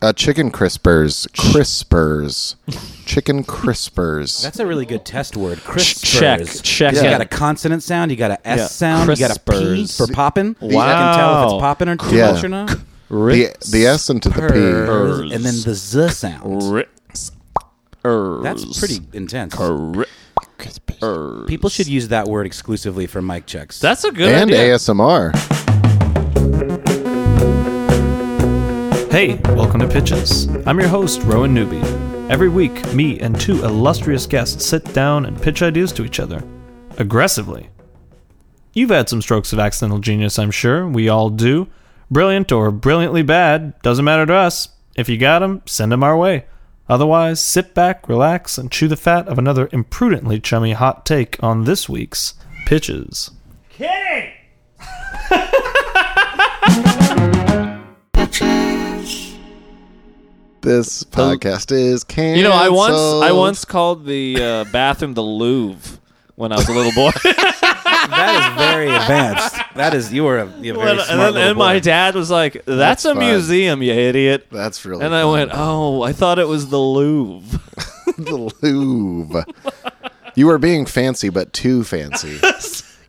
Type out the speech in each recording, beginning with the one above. uh, chicken crispers, crispers, chicken crispers. That's a really good test word. Crispers. check, check You it. got a consonant sound. You got a S Yeah. sound. You got a P Crispers. for popping. You Wow. can tell if it's popping or too Yeah. much or not. the the S into the P. Crispers. And then the Z sound. Crispers. That's pretty intense. Crispers. People should use that word exclusively for mic checks. That's a good And idea. ASMR. Hey, welcome to Pitches. I'm your host, Rowan Newby. Every week, me and two illustrious guests sit down and pitch ideas to each other. Aggressively. You've had some strokes of accidental genius, I'm sure. We all do. Brilliant or brilliantly bad, doesn't matter to us. If you got 'em, send 'em our way. Otherwise, sit back, relax, and chew the fat of another imprudently chummy hot take on this week's Pitches. This podcast is canceled. You know, I once I once called the uh, bathroom the Louvre when I was a little boy. that is very advanced. That is you are a, you're a very and, smart and, little and my boy. dad was like, "That's, That's a fun. museum, you idiot." That's really. and I fun. went, "Oh, I thought it was the Louvre." the Louvre. you were being fancy, but too fancy.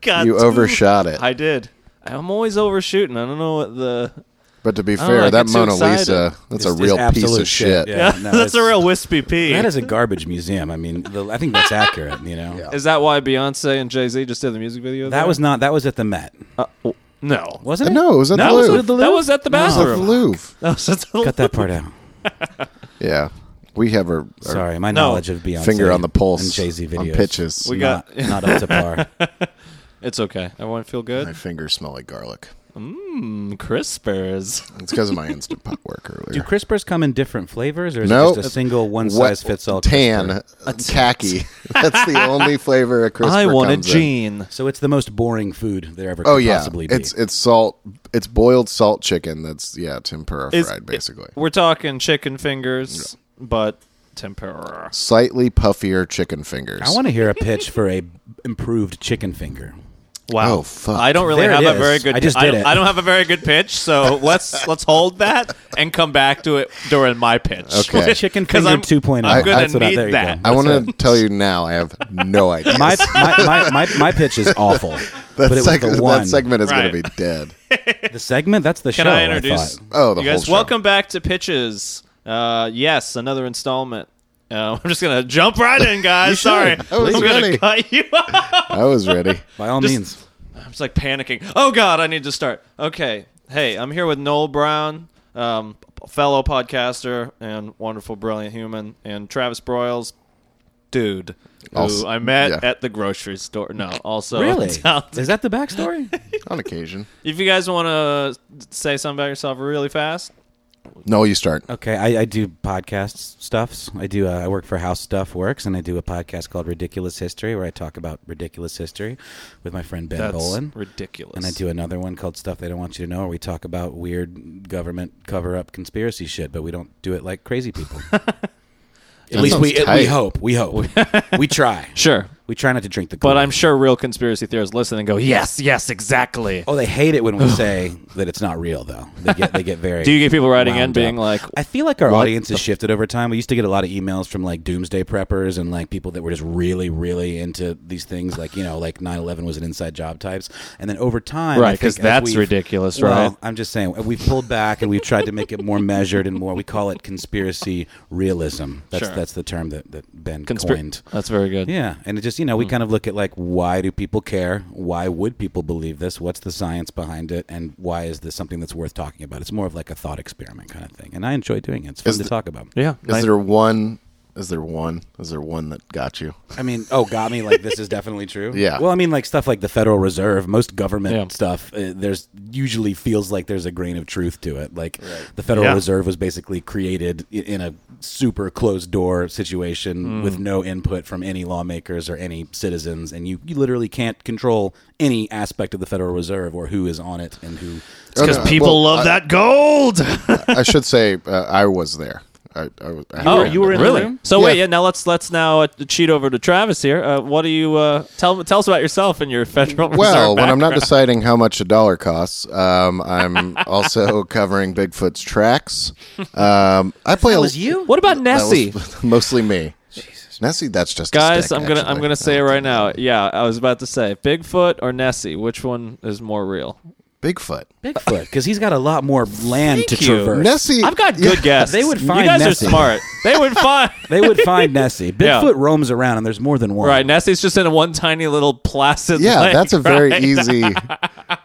God, You damn. overshot it. I did. I'm always overshooting. I don't know what the. But to be don't fair, know, Oh, I that get too Mona excited. Lisa, that's a It's real just piece absolute of shit. Yeah, no, that's a it's- real wispy pee. That is a garbage museum. I mean, the, I think that's accurate. You know, Is that why Beyonce and Jay Z just did the music video? that there? was not. That was at the Met, Uh, w- no. wasn't it? No, it was at That the was, Louvre. at the, that was at the No. It was at the bathroom. Louvre. That was at the cut that part out. Yeah, we have our, our Sorry, my No. knowledge of Beyonce finger on the pulse and Jay Z on videos pitches. We got- not, not up to par. It's okay. Everyone feel My good? fingers smell like garlic. Mm, crispers. It's because of my instant pot work earlier. Do crispers come in different flavors, or is No. it just a single one What- size fits all? tan, khaki. That's the only flavor a crisper I want a comes in. gene. So it's the most boring food there ever could Oh yeah, possibly be. it's it's salt. It's boiled salt chicken. That's yeah, tempura Is- fried basically. We're talking chicken fingers, but tempura. Slightly puffier chicken fingers. I want to hear a pitch for a improved chicken finger. Wow. Oh, fuck. I don't really There have it a very is. good. I just did it. I don't have a very good pitch, so let's let's hold that and come back to it during my pitch. Okay. Chicken 'Cause finger oh. I'm- 2.0. I'm gonna That's what I- need there you go. that. I want to tell you now. I have no idea. My my, my, my my pitch is awful. but that, it seg- was the that one. segment is Right. going to be dead. The segment that's the Can show. I introduce? thought. Oh, the you whole guys, show. welcome back to pitches. Uh, yes, another installment. Uh, I'm just gonna jump right in, guys. Sorry, I was I'm gonna ready. cut you off. I was ready. By all Just- means, I'm just like panicking. Oh God, I need to start. Okay, hey, I'm here with Noel Brown, um, fellow podcaster and wonderful, brilliant human, and Travis Broyles, dude, who Also- I met yeah. at the grocery store. No, also really, talented. is that the backstory? On occasion. If you guys want to say something about yourself really fast, No, you start. okay, I, I do podcast stuffs. I do. Uh, I work for House Stuff Works, and I do a podcast called Ridiculous History, where I talk about ridiculous history with my friend Ben that's Bolin. ridiculous. And I do another one called Stuff They Don't Want You to Know, where we talk about weird government cover up conspiracy shit, but we don't do it like crazy people. at least we sounds we tight. hope. We hope. we try. Sure. We try not to drink the But Kool-Aid. I'm sure real conspiracy theorists listen and go, yes, yes, exactly. Oh, they hate it when we say that it's not real, though. They get they get very. Do you get people writing in wound being up. like, I feel like our What audience has shifted over time. We used to get a lot of emails from like doomsday preppers and like people that were just really, really into these things, like you know, like 9-11 was an inside job types. And then over time, I Right, think 'cause as that's we've- ridiculous, Well, right? I'm just saying we've pulled back and we've tried to make it more measured and more. We call it conspiracy realism. That's Sure. that's the term that that Ben conspir- coined. That's very good. Hmm. Yeah, and it just you know we kind of look at like why do people care? Why would people believe this? What's the science behind it? And why is this something that's worth talking about? It's more of like a thought experiment kind of thing, and I enjoy doing it. It's fun Is to the- talk about. Yeah. Is there one? Is there one? Is there one that got you? I mean, oh, got me like this is definitely true. Yeah. Well, I mean, like stuff like the Federal Reserve, most government Yeah. stuff, uh, there's usually feels like there's a grain of truth to it. Like the Federal Yeah. Reserve was basically created i- in a super closed door Mm. situation with no input from any lawmakers or any citizens, and you, you literally can't control any aspect of the Federal Reserve or who is on it and who. because Okay, people Oh, well, love I- that gold. I should say uh, I was there. I, I, I Oh, haven't you were in been. the really? room? So Yeah. wait, yeah. Now let's let's now uh, cheat over to Travis here. Uh, what do you uh, tell tell us about yourself and your federal reserve? Well, when I'm not background. deciding how much a dollar costs, um, I'm also covering Bigfoot's tracks. Um, I play. a, was you? What about that was Nessie? mostly me. Nessie, that's just a Guys, stick, I'm gonna I'm actually. gonna say it right now. Yeah, I was about to say Bigfoot or Nessie. Which one is more real? Bigfoot. Bigfoot, because uh, he's got a lot more land to Thank you. traverse. Nessie. I've got good guess. They would You find guys Nessie. are smart. They would find. They would find Nessie. Yeah. Bigfoot roams around, and there's more than one. Right, Nessie's just in one tiny little placid. Yeah, lake, that's a very right? easy.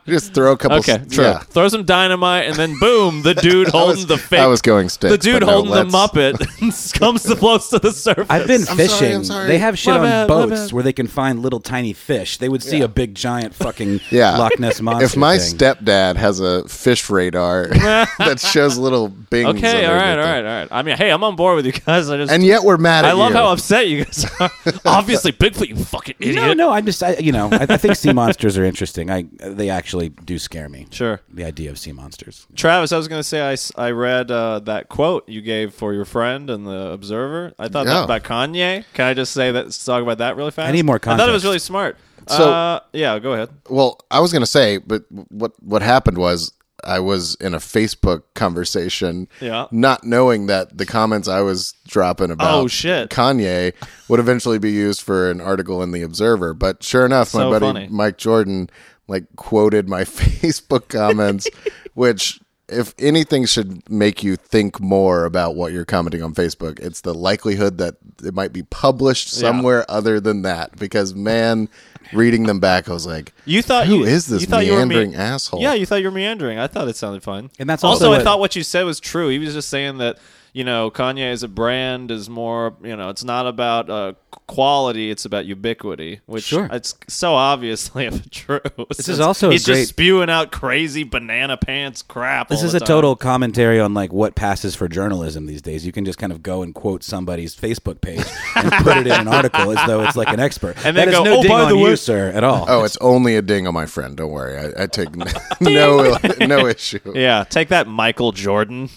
just throw a couple. Okay, s- true. yeah. Throw some dynamite, and then boom, the dude I holding was, the fake. I was going stick. the dude but no, holding the let's- Muppet comes to close to the surface. I've been I'm sorry, I'm fishing. sorry. They have shit My on bad, my bad. boats where they can find little tiny fish. They would see a big giant fucking Yeah. Loch Ness monster. If my thing. stepdad has a fish radar that shows little bings, okay, on all right, all everything. right, all right. I mean, hey, I'm on board with you guys. I just And yet we're mad at I love you. how upset you guys are. Obviously, Bigfoot, you fucking idiot. no, no, I'm just I, you know I, I think sea monsters are interesting. I they actually do scare me. Sure. the idea of sea monsters. Travis, I was going to say I, s- I read uh, that quote you gave for your friend and the Observer. I thought Yeah. that about Kanye. Can I just say that? Talk about that really fast. need more I thought it was context. really smart. So- uh, yeah, go ahead. Well, I was gonna say, but what what happened was I was in a Facebook conversation, Yeah. not knowing that the comments I was dropping about Oh, shit. Kanye would eventually be used for an article in the Observer. But sure enough, So my buddy funny. Mike Jordan like quoted my Facebook comments, which. If anything should make you think more about what you're commenting on Facebook, it's the likelihood that it might be published somewhere other than that. Because man, reading them back, I was like, You thought who you, is this you thought you were me- meandering asshole? Yeah, you thought you were meandering. I thought it sounded fun. And that's also, also I what- thought what you said was true. He was just saying that you know Kanye as a brand is more you know it's not about uh, quality, it's about ubiquity, which Sure. it's so obviously true. This is also a he's great- just spewing out crazy banana pants crap. This all is the a time. total commentary on like what passes for journalism these days. You can just kind of go and quote somebody's Facebook page and put it in an article as though it's like an expert. And that then is go, no "Oh, ding by on the you, way- sir, at all. Oh, it's only a ding on my friend. Don't worry. I, I take n- no no issue. Yeah. Yeah, take that, Michael Jordan.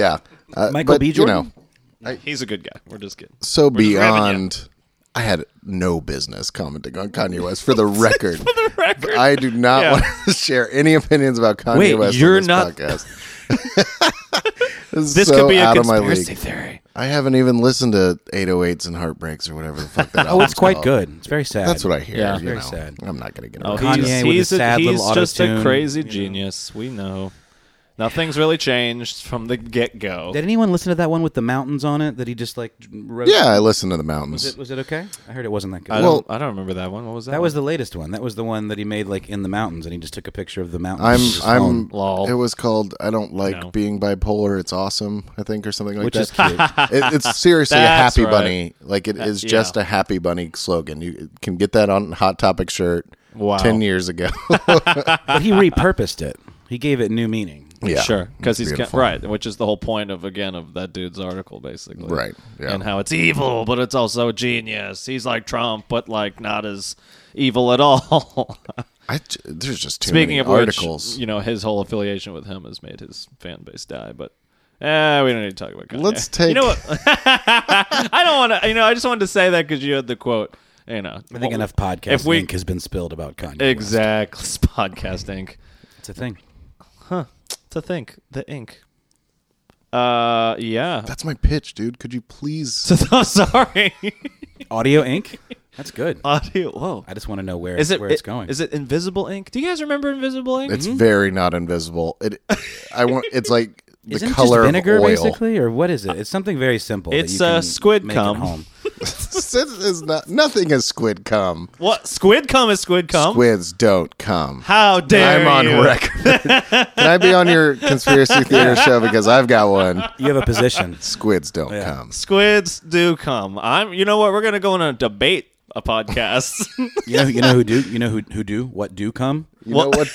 Uh, Michael but, B. you Jordan? know, He's a good guy. We're just kidding. so just grabbing you. beyond, I had no business commenting on Kanye West for the record. Record. I do not Yeah. want to share any opinions about Kanye Wait, West. on you're this not- Podcast. this is this so could be a out of my conspiracy league. theory. I haven't even listened to 808s and Heartbreaks or whatever the fuck that oh, it's album's quite called. good. It's very sad. That's what I hear. Yeah. you Very know. sad. I'm not going to get Oh, around Kanye he's with he's, his a, sad he's little just a autotune, crazy you know. genius. We know. Nothing's really changed from the get go. Did anyone listen to that one with the mountains on it that he just like wrote? Yeah, I listen to the mountains. Was it, was it okay? I heard it wasn't that good. I Well- don't. I don't remember that one. What was that? that was the latest one. That was the one that he made like in the mountains, and he just took a picture of the mountains. I'm with his I'm phone, Lol. it was called I don't like No. being bipolar it's awesome I think or something like which that. is cute. it, it's seriously a That's happy right. bunny like it is yeah. just a happy bunny slogan. You can get that on Hot Topic shirt Wow. 10 years ago. but he repurposed it. He gave it new meaning. yeah. sure because he's ca- beautiful. right, which is the whole point of again of that dude's article, basically. Right, yeah. And how it's evil, but it's also genius. He's like Trump, but like not as evil at all. I j- there's just too Speaking many of articles. which, you know, his whole affiliation with him has made his fan base die. But eh, we don't need to talk about. Kanye. Let's take- You know what? I don't want to. You know, I just wanted to say that because you had the quote. You know, I think enough podcast If we- ink has been spilled about Kanye. West. Exactly. Podcast Inc. It's a thing. To think the ink. Uh, yeah. That's my pitch, dude. Could you please So sorry. Audio ink. That's good. Audio. Whoa. I just want to know where Is it where it's going. Is it Invisible Ink? Do you guys remember Invisible Ink? It's very not invisible. It I want it's like the Isn't it color just vinegar of oil. basically, or what is it? It's something very simple. that It's, you can uh, squid make at cum. home. this is not nothing is squid cum. what? Squid cum is squid cum. Squids don't come. How dare I'm on you? record. Can I be on your conspiracy theater show because I've got one? You have a position. Squids don't Yeah. come. Squids do come. I'm. You know what? We're gonna go on a debate a podcast. You know, you know who do. You know who who do what do come. You know what?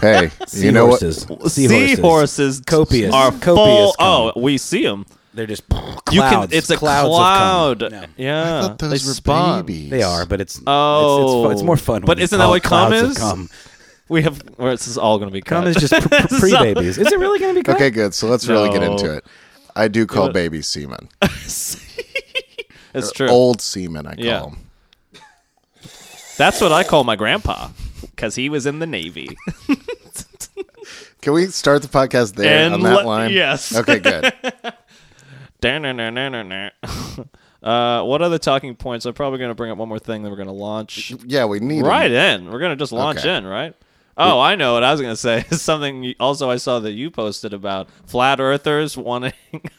hey, you know what? Seahorses. Seahorses, Copious. are Copious full. Oh, cum. we see them. They're just You can. clouds, It's a clouds cloud. Of cum. No. Yeah. I thought those they were spawn. babies. They are, but it's it's, it's, Oh. fu- it's more fun. But when it's isn't that called what cum clouds of is? Cum. We have. Where this is all gonna be. Cum cut. is just pre babies. Is it really going to be cum? Okay, good. So let's really get No. into it. I do call would- baby semen. It's true. Old semen, I call Yeah. him. That's what I call my grandpa because he was in the Navy. Can we start the podcast there And on that let- line? yes. Okay, good. Da-na-na-na-na-na. uh, what other talking points? I'm probably going to bring up one more thing that we're going to launch Yeah, we need right him. in. We're going to just launch Okay. in, right? Oh, I know what I was going to say. Is something you- also I saw that you posted about flat earthers wanting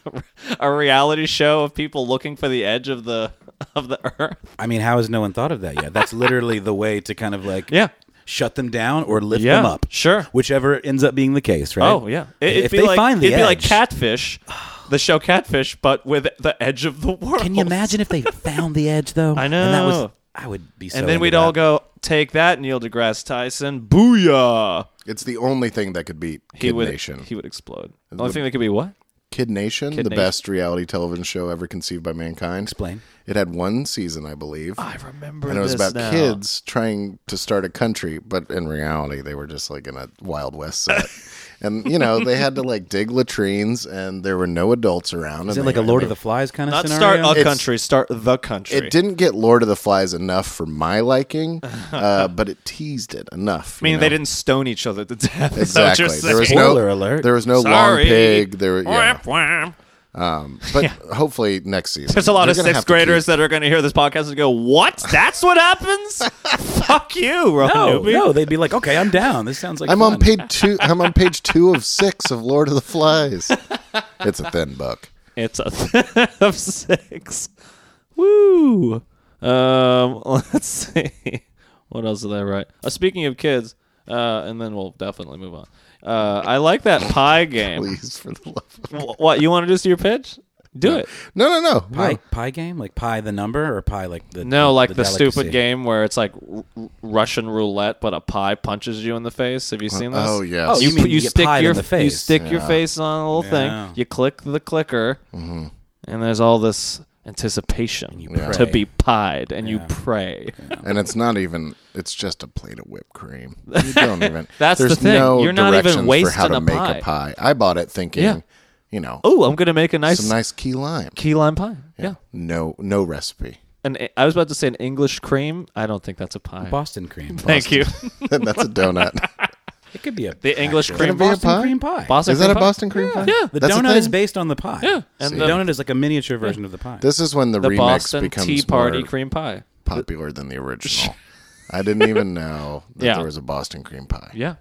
a reality show of people looking for the edge of the of the earth. I mean, how has no one thought of that yet? That's literally the way to kind of like Yeah. shut them down or lift Yeah, them up. sure. Whichever ends up being the case, right? Oh yeah, it, it'd if be they like, find the it'd be like edge- catfish, the show Catfish, but with the edge of the world. Can you imagine if they found the edge though? I And that was know. I would be so And then into we'd all that. go take that, Neil deGrasse Tyson, booyah! It's the only thing that could beat He Kid would Nation. he would explode. The only thing that could be what? Kid Nation, the Nation. best reality television show ever conceived by mankind. Explain. It had one season, I believe. I remember. and it was this about now. kids trying to start a country, but in reality, they were just like in a Wild West set. and you know, they had to like dig latrines, and there were no adults around. Is it like a Lord of the Flies kind of Not scenario? start a It's- country, start the country. It didn't get Lord of the Flies enough for my liking, uh, but it teased it enough. I mean, you know? they didn't stone each other to death. is what exactly. you're There was saying. no Spoiler alert. There was no long Sorry. pig. There, yeah. Wham, wham. But hopefully next season, There's a lot they're of gonna have sixth to keep- graders that are going to hear this podcast and go, "What? That's what happens? Fuck you, Ron no, Newby." no, they'd be like, okay, I'm down. This sounds like I'm fun. on page two. I'm on page two of six of Lord of the Flies. It's a thin book. It's a thin of six. Woo! Um, let's see. What else did I write? Uh, speaking of kids, uh, and then we'll definitely move on. Uh, I like that pie game. Please, for the love of Wh- what you want to do to your pitch? Do it. no, no, no, pie no. pie game like pie the number or pie like the No, like the, delicacy? stupid game where it's like r- r- Russian roulette, but a pie punches you in the face. Have you seen this? Oh yes. Oh, You, You mean put- you you get stick pied in your the you face. stick your Yeah. face on a little Yeah. thing. You click the clicker, and there's all this anticipation pray. to be pied, and you pray. and it's not even. It's just a plate of whipped cream. You don't even. That's the there's thing. No You're not even directions for how wasting to a make pie. a pie. I bought it thinking, Yeah. you know, Oh, I'm gonna make a nice, some nice key lime. key lime pie. Yeah. No, no recipe. and I was about to say an English cream. I don't think that's a pie. Boston cream. Thank you. That's a donut. It could be a The English actual cream Can it be a Boston pie? cream pie. Boston is that cream a pie? Boston cream pie? Yeah. The That's a donut is thing? based on the pie. Yeah, and the, the- donut is like a miniature version of the pie. This is when the, The remix Boston becomes Tea Party more cream pie. popular than the original. I didn't even know that Yeah. there was a Boston cream pie. Yeah.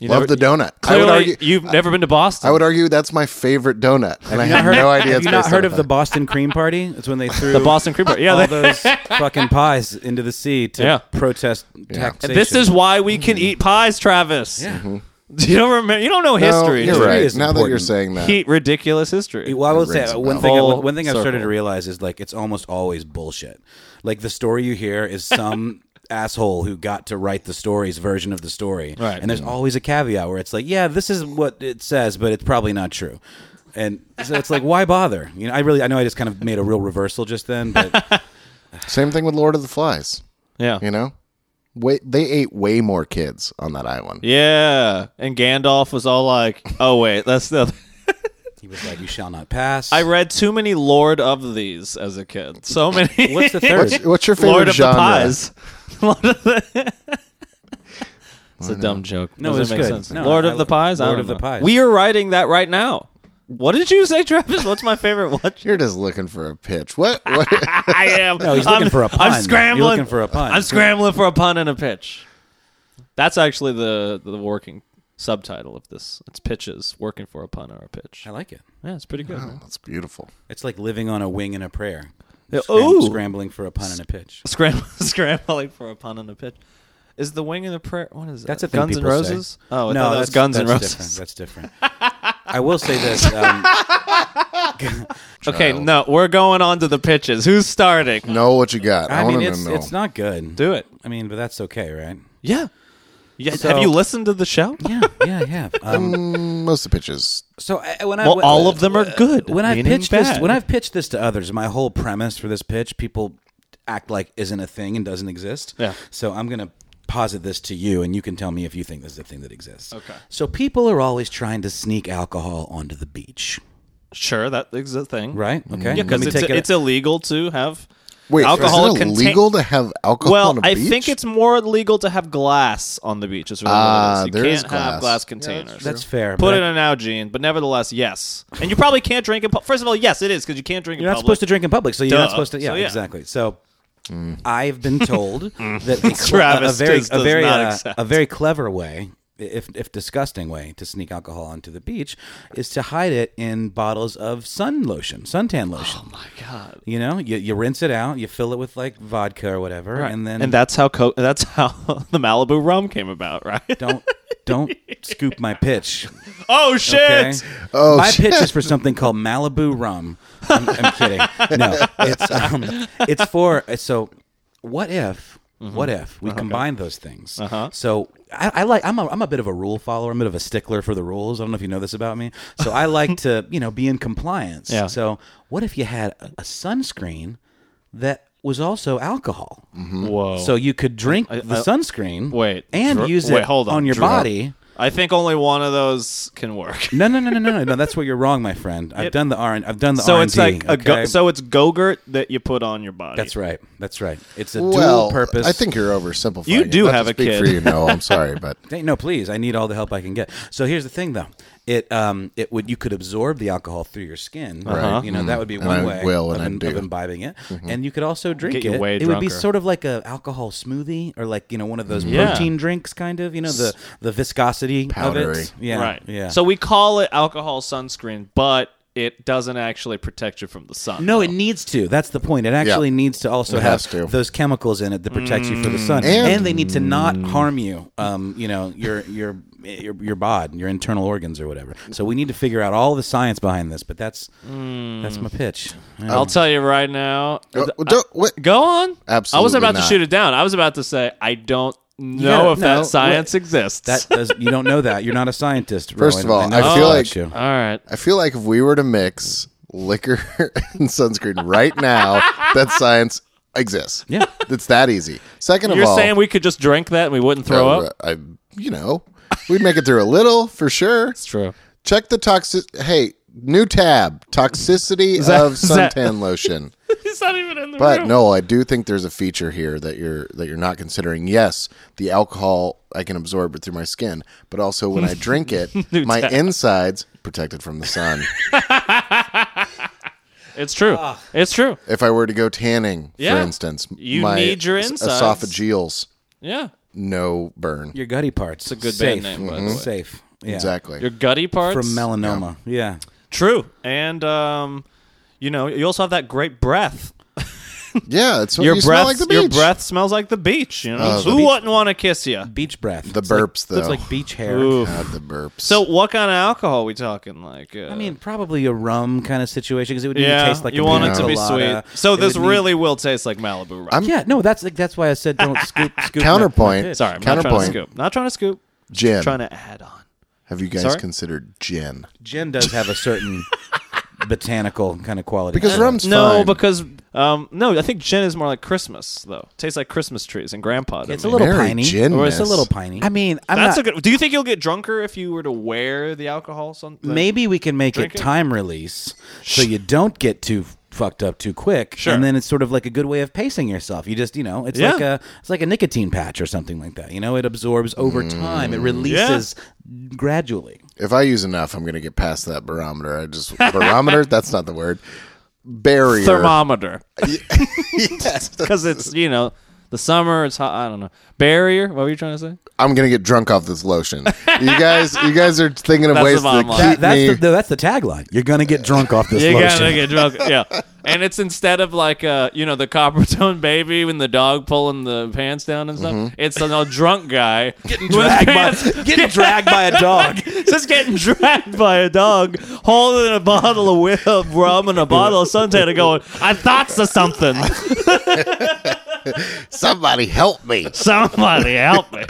You Love never- the donut. I Clearly, would argue. you've never been to Boston. I would argue that's my favorite donut, and I You not have heard- no idea. Have it's you not based on heard of a the pie. Boston cream party? It's when they threw the Boston cream pie. Yeah. all that- those fucking pies into the sea to Yeah. protest taxation. This is why we can eat pies, Travis. Mm-hmm. Yeah. You don't remember. You don't know Mm-hmm. No, history. You're History right. is Now that you're important. saying that, He- ridiculous history. Well, I will say rings a one bell. thing. Full one thing I've started to circle. realize is like it's almost always bullshit. Like the story you hear is some asshole who got to write the story's version of the story, Right. Mm. And there's always a caveat where it's like, yeah, this is what it says, but it's probably not true. And so it's like, why bother? You know, I really, I know, I just kind of made a real reversal just then, but same thing with Lord of the Flies. Yeah. You know, way, they ate way more kids on that island. Yeah. And Gandalf was all like, "Oh wait, that's the." he was like, "You shall not pass." I read too many Lord of these as a kid. So many. What's the third? What's, what's your favorite Lord of genre? the pies. Lord of the- it's a dumb joke. No, Doesn't it's make good. sense. No, Lord I- of the pies. I Lord don't of the know. Pies. We are writing that right now. What did you say, Travis? What's my favorite? What You're just looking for a pitch. What? what? I am. No, he's I'm, looking for a pun. I'm You're scrambling looking for a pun. I'm scrambling for a pun and a pitch. That's actually the the working subtitle of this. It's pitches, working for a pun or a pitch. I like it. Yeah, it's pretty good. man. That's beautiful. It's like living on a wing and a prayer. Yeah, Scram- ooh. scrambling for a pun and a pitch. Scramble, scrambling for a pun and a pitch. Is the wing and the prayer? What is that? That's a thing Guns and people say. Roses. Oh, I thought that was that's- Guns and that's Roses. Different. That's different. I will say this. Um, Okay, no, we're going on to the pitches. Who's starting? Know what you got. I, I want mean, to it's know. it's not good. Do it. I mean, but that's okay, right? Yeah. Yeah. So- have you listened to the show? Yeah, yeah, I have. Um, Mm, Most of the pitches. so I, when I Well, when- uh, all of them are good. When I meaning pitched this, bad. when I've pitched this to others, my whole premise for this pitch, people act like isn't a thing and doesn't exist. Yeah. So I'm gonna posit this to you, and you can tell me if you think this is a thing that exists. Okay. So people are always trying to sneak alcohol onto the beach. Sure, that is a thing, right? Okay, Yeah, because Let me it's, take it- it's illegal to have Wait, alcohol is it contain- illegal to have alcohol Well, on a I beach? think it's more legal to have glass on the beach. Is really what it Ah, is. You there can't is glass. have glass containers. that's fair. Put but it in an Algene, but nevertheless, yes. And you probably can't drink in public. First of all, yes, it is because you can't drink You're in not public. supposed to drink in public, so you're Duh. not supposed to. Yeah, So, yeah. Mm. exactly. So I've been told that a, cl- Travis a very, just a does very, not uh, accept. a very clever way, if if disgusting way, to sneak alcohol onto the beach is to hide it in bottles of sun lotion, suntan lotion. Oh my god! You know, you, you rinse it out, you fill it with like vodka or whatever, and then and that's how co- that's how the Malibu rum came about, right? don't don't scoop my pitch. oh Okay? shit! Oh, my shit. pitch is for something called Malibu rum. I'm, I'm kidding. No, it's um, it's for so. What if? Mm-hmm. What if we combine those things? Uh-huh. So I, I like I'm a, I'm a bit of a rule follower. I'm a bit of a stickler for the rules. I don't know if you know this about me. So I like to you know be in compliance. Yeah. So what if you had a, a sunscreen that was also alcohol? Hmm. Whoa! So you could drink the Mm-hmm. I- sunscreen. wait, and dr- use it wait, hold on, your drunk. body. I think only one of those can work. No, no, no, no, no, no. That's where you're wrong, my friend. I've It- done the R. I've done the So R&D, it's like a go- okay? so it's gogurt that you put on your body. That's right. That's right. It's a well, dual purpose. I think you're oversimplifying. You it. do Not to have a speak kid. for you. No, I'm sorry, but Hey, no, please. I need all the help I can get. So here's the thing, though. It um it would you could absorb the alcohol through your skin. Uh-huh. Right. You know that would be Mm-hmm. And one I way will, of, and I im- do. Mm-hmm. of imbibing it, and you could also drink you it. way it would be drunker. sort of like a alcohol smoothie or like you know one of those Yeah. protein drinks, kind of. You know the the viscosity of Powdery. it. Yeah. right. Yeah. So we call it alcohol sunscreen, but it doesn't actually protect you from the sun. No, it needs to. That's the point. It actually needs to also Oh. It have has to. Mm. those chemicals in it that protect you from the sun, and, And- they need to not harm you. Um, you know, your your your your bod, your internal organs, or whatever. So we need to figure out all the science behind this. But that's that's my pitch. Mm. Yeah. I'll tell you right now. Oh, don't- wait. Go on. I Absolutely wasn't about to not. shoot it down. I was about to say I don't know gotta- if no, that science exists. that does, you don't know that you're not a scientist. First Rowan. of all, know I that feel about like- you. All right. I feel like if we were to mix liquor and sunscreen right now, that science exists. Yeah. it's that easy. Second of You're all, saying we could just drink that and we wouldn't throw uh, up? I, you know, we'd make it through a little for sure. It's true. Check the toxic. Hey, new tab: toxicity that- of is that- suntan lotion. He's not even in the But room. no, I do think there's a feature here that you're that you're not considering. Yes, the alcohol I can absorb it through my skin, but also when I drink it, my insides protected from the sun. It's true. It's true. if I were to go tanning, for Yeah. instance, You my need your es- insides. esophageals, Yeah. no burn. your gutty parts. It's a good safe. band name, by the way. Safe. Yeah. Mm-hmm. Exactly. Your gutty parts From melanoma. Yeah. True. And um you know, you also have that great breath. yeah, it's what Your you breath smell like the your beach. breath smells like the beach, you know. Who wouldn't want to kiss you? Beach breath. The It's like- burps, It's though. like beach hair. Oof. God, the burps. So what kind of alcohol we talking like? Uh, I mean, probably a rum kind of situation because it would need yeah, to taste like you a want it pina to be colada. sweet. So It this would need- really will taste like Malibu rum. yeah, no, that's like that's why I said don't scoop. scoop Counterpoint. my- my Sorry, I'm not trying Counterpoint. to scoop. Not trying to scoop. gin. Trying to add on. Have you guys Sorry? considered gin? pitch. Gin does have a certain botanical kind of quality. Because to it. rum's No, fine. because um, no, I think gin is more like Christmas though. Tastes like Christmas trees and grandpa. to it's a me. little Very piney. gin-ness. Or it's a little piney. I mean, I'm That's not, a good. Do you think you'll get drunker if you were to wear the alcohol? Something Maybe we can make it Drink it? time release so you don't get too fucked up too quick. Sure. And then it's sort of like a good way of pacing yourself. You just, you know, it's Yeah. like a it's like a nicotine patch or something like that. You know, it absorbs over Mm. time. It releases gradually. If I use enough, I'm going to get past that barometer. I just barometer. That's not the word. Barrier. thermometer Yes. because it's you know the summer. It's hot. I don't know barrier. What were you trying to say? I'm gonna get drunk off this lotion. You guys, you guys are thinking of That's ways the bottom to line. keep That- that's me. the, that's the tagline. You're gonna get drunk off this You lotion. gotta get drunk. Yeah, and it's instead of like uh you know the copper tone baby when the dog pulling the pants down and stuff. It's an old drunk guy getting Mm-hmm. Dragged by, getting dragged by a dog. just getting dragged by a dog holding a bottle of, wi- of rum and a bottle of suntan and going, I thought so something. Somebody help me! Somebody help me.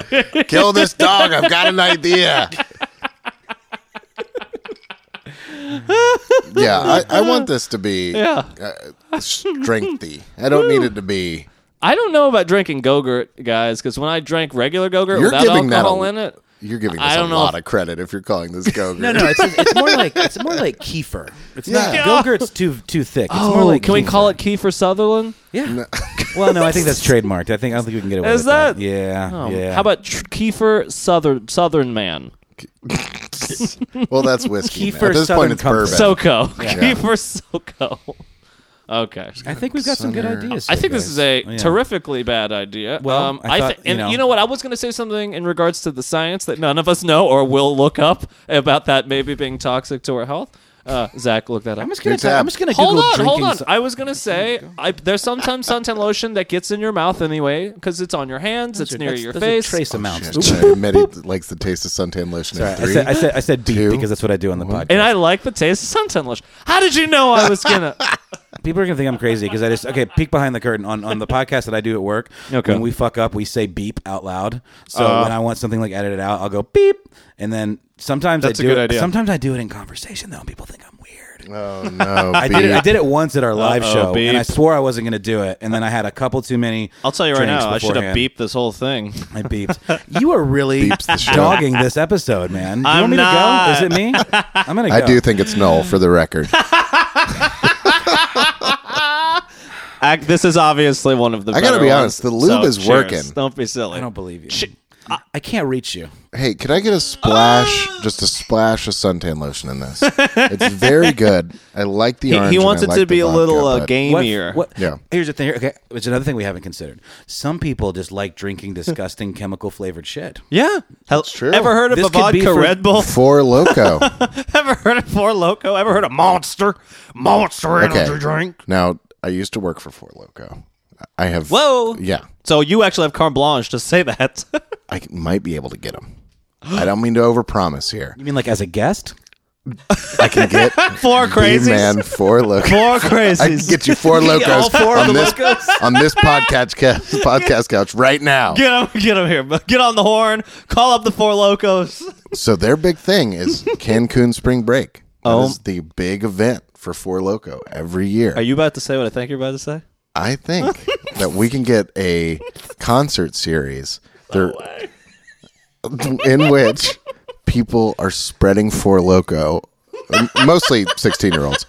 Kill this dog! I've got an idea. yeah, I, I want this to be Yeah. uh, strengthy. I don't need it to be. I don't know about drinking Go-Gurt, guys, because when I drank regular Go-Gurt You're without giving that alcohol a- in it, You're giving I this a don't know lot if- of credit if you're calling this Gogurt. No, no, it's, it's more like it's more like kefir. It's Yeah. not Gilgert's too too thick. It's more Oh, like can we kefir. call it Kiefer Sutherland? Yeah. Well, no, I think that's trademarked. I think I don't think we can get away Is with that. that- Yeah. Oh, yeah. How about tr- Kiefer Southern Southern Man? Well, that's whiskey. now. Kefir At this Southern point, it's bourbon. Comfort. SoCo. Kiefer SoCo. Okay. I think we've got some good ideas. I here, think this guys. is a Yeah. terrifically bad idea. Well, um, I I, thought, thi- you and know- you know what? I was going to say something in regards to the science that none of us know or will look up about that maybe being toxic to our health. Uh, Zach, look that up. I'm just gonna. Good tap. I'm just gonna hold Google on, drinking. hold on. so- I was gonna say I, there's sometimes suntan lotion that gets in your mouth anyway because it's on your hands, it's near That's- your those are face. Trace amounts. Oh, Shit, Sorry, Mitty likes the taste of suntan lotion. Sorry, at three. I said I said I said beep two, because that's what I do on the podcast. and I like the taste of suntan lotion. How did you know I was gonna? People are gonna think I'm crazy because I just okay. Peek behind the curtain on, on the podcast that I do at work. Okay. Uh. When we fuck up, we say beep out loud. So when I want something like edited out, I'll go beep, and then sometimes That's I a do good it. idea. Sometimes I do it in conversation though, and people think I'm weird. Oh no! I did it. I did it once at our live Uh-oh, show, and I beep. swore I wasn't gonna do it, and then I had a couple too many. I'll tell you right drinks now, I should have beforehand. beeped this whole thing. I beeped. You are really Beeps the show. dogging this episode, man. Do you want I'm me not. to go? Is it me? I'm gonna. Go. I do think it's null for the record. Ac- this is obviously one of the. I gotta better be ones. honest, the lube So, is cheers. working. Don't be silly. I don't believe you. I, I can't reach you. hey, could I get a splash? Uh. just a splash of suntan lotion in this. It's very good. I like the he, orange. he and wants I it like to the be a vodka, little uh, but- gamier. What, what- Yeah. Here's the thing. Okay, it's another thing we haven't considered. Some people just like drinking disgusting chemical flavored shit. Yeah, that's true. Ever heard of This a could be vodka for- Red Bull? Four Loco. Ever heard of Four Loco? Ever heard of Monster? Monster Okay. energy drink. Now, I used to work for Four Loco. I have. Whoa. Yeah, So you actually have carte blanche to say that. I c- might be able to get them. I don't mean to overpromise here. You mean like as a guest? I can get Four the crazies. man four locos. Four I can crazies. get you four locos all four on of the this locos. on this podcast ca- podcast couch right now. Get him, get him here. Get on the horn. Call up the four locos. So their big thing is Cancun Spring Break. Oh. That is the big event for Four Loco every year. Are you about to say what I think you're about to say? I think that we can get a concert series there- in which people are spreading Four Loco, mostly 16 year olds,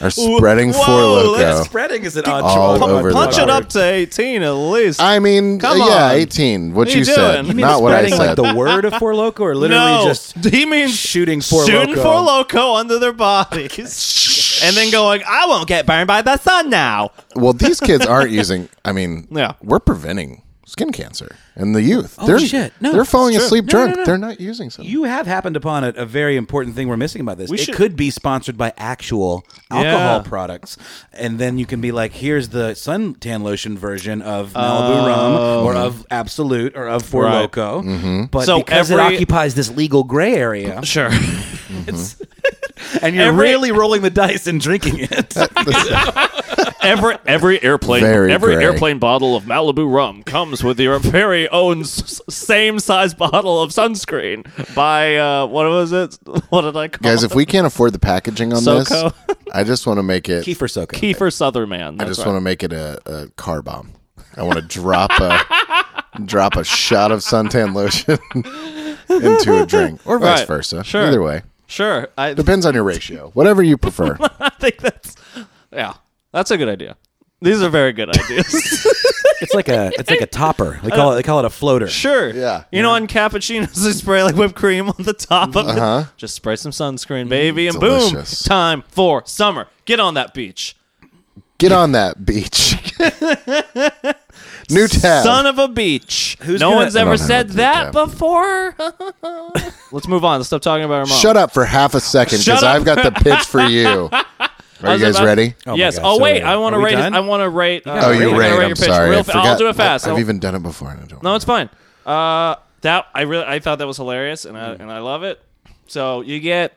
are spreading Four Whoa, Loco. let's Spreading is an odd All choice. over the Punch it board. up to 18 at least. I mean, Come yeah, on. 18, what What you, are you said. doing? You mean Not what I Spreading said. like the word of Four Loco, or literally no, just he means shooting Four shooting Loko. Four Loco under their bodies, and then going, "I won't get burned by the sun now." well, these kids aren't using. I mean, Yeah. we're preventing skin cancer in the youth. they're, Oh, shit. No, they're falling it's true. asleep No, no, drunk. no. They're not using something. You have happened upon a, a very important thing we're missing about this. We it should- could be sponsored by actual alcohol Yeah. products, and then you can be like, "Here's the suntan lotion version of Malibu rum, or of Absolute, or of Four Oh. Right. Loco." Mm-hmm. But So because it every- occupies this legal gray area, Sure. and you're every- really rolling the dice and drinking it. every every airplane Very every gray. airplane bottle of Malibu rum comes with your very own s- same size bottle of sunscreen by uh, what was it? What did I call Guys, it? if we can't afford the packaging on SoCo. this, I just want to make it. Kefir Soka. Kiefer Sutherman. I just want to make it a, a car bomb. I want to drop a drop a shot of suntan lotion into a drink, or vice Right. versa. Sure. Either way, Sure, I, depends on your ratio. Whatever you prefer. I think that's yeah, that's a good idea. These are very good ideas. It's like a it's like a topper. They call it they call it a floater. sure. Yeah. You know, on cappuccinos, they spray like whipped cream on the top of it. Just spray some sunscreen, baby, and delicious. boom! Time for summer. Get on that beach. Get on that beach. New tab. Son of a beach. no gonna- one's I ever don't said have a that recap. before. Let's move on. Let's stop talking about our mom. Shut up for half a second because Shut up. I've got the pitch for you. Are you was guys about- ready? my yes. God, Oh so wait, are- I want are to we rate. done? I want to rate. Uh, Oh, you're Really? I gotta right. gotta rate I'm your pitch sorry. Real I fa- forgot. I'll do it I- fast. I've I'll- even done it before and I don't. no, it's fine. Uh, that I really I thought that was hilarious, and I and I love it. So you get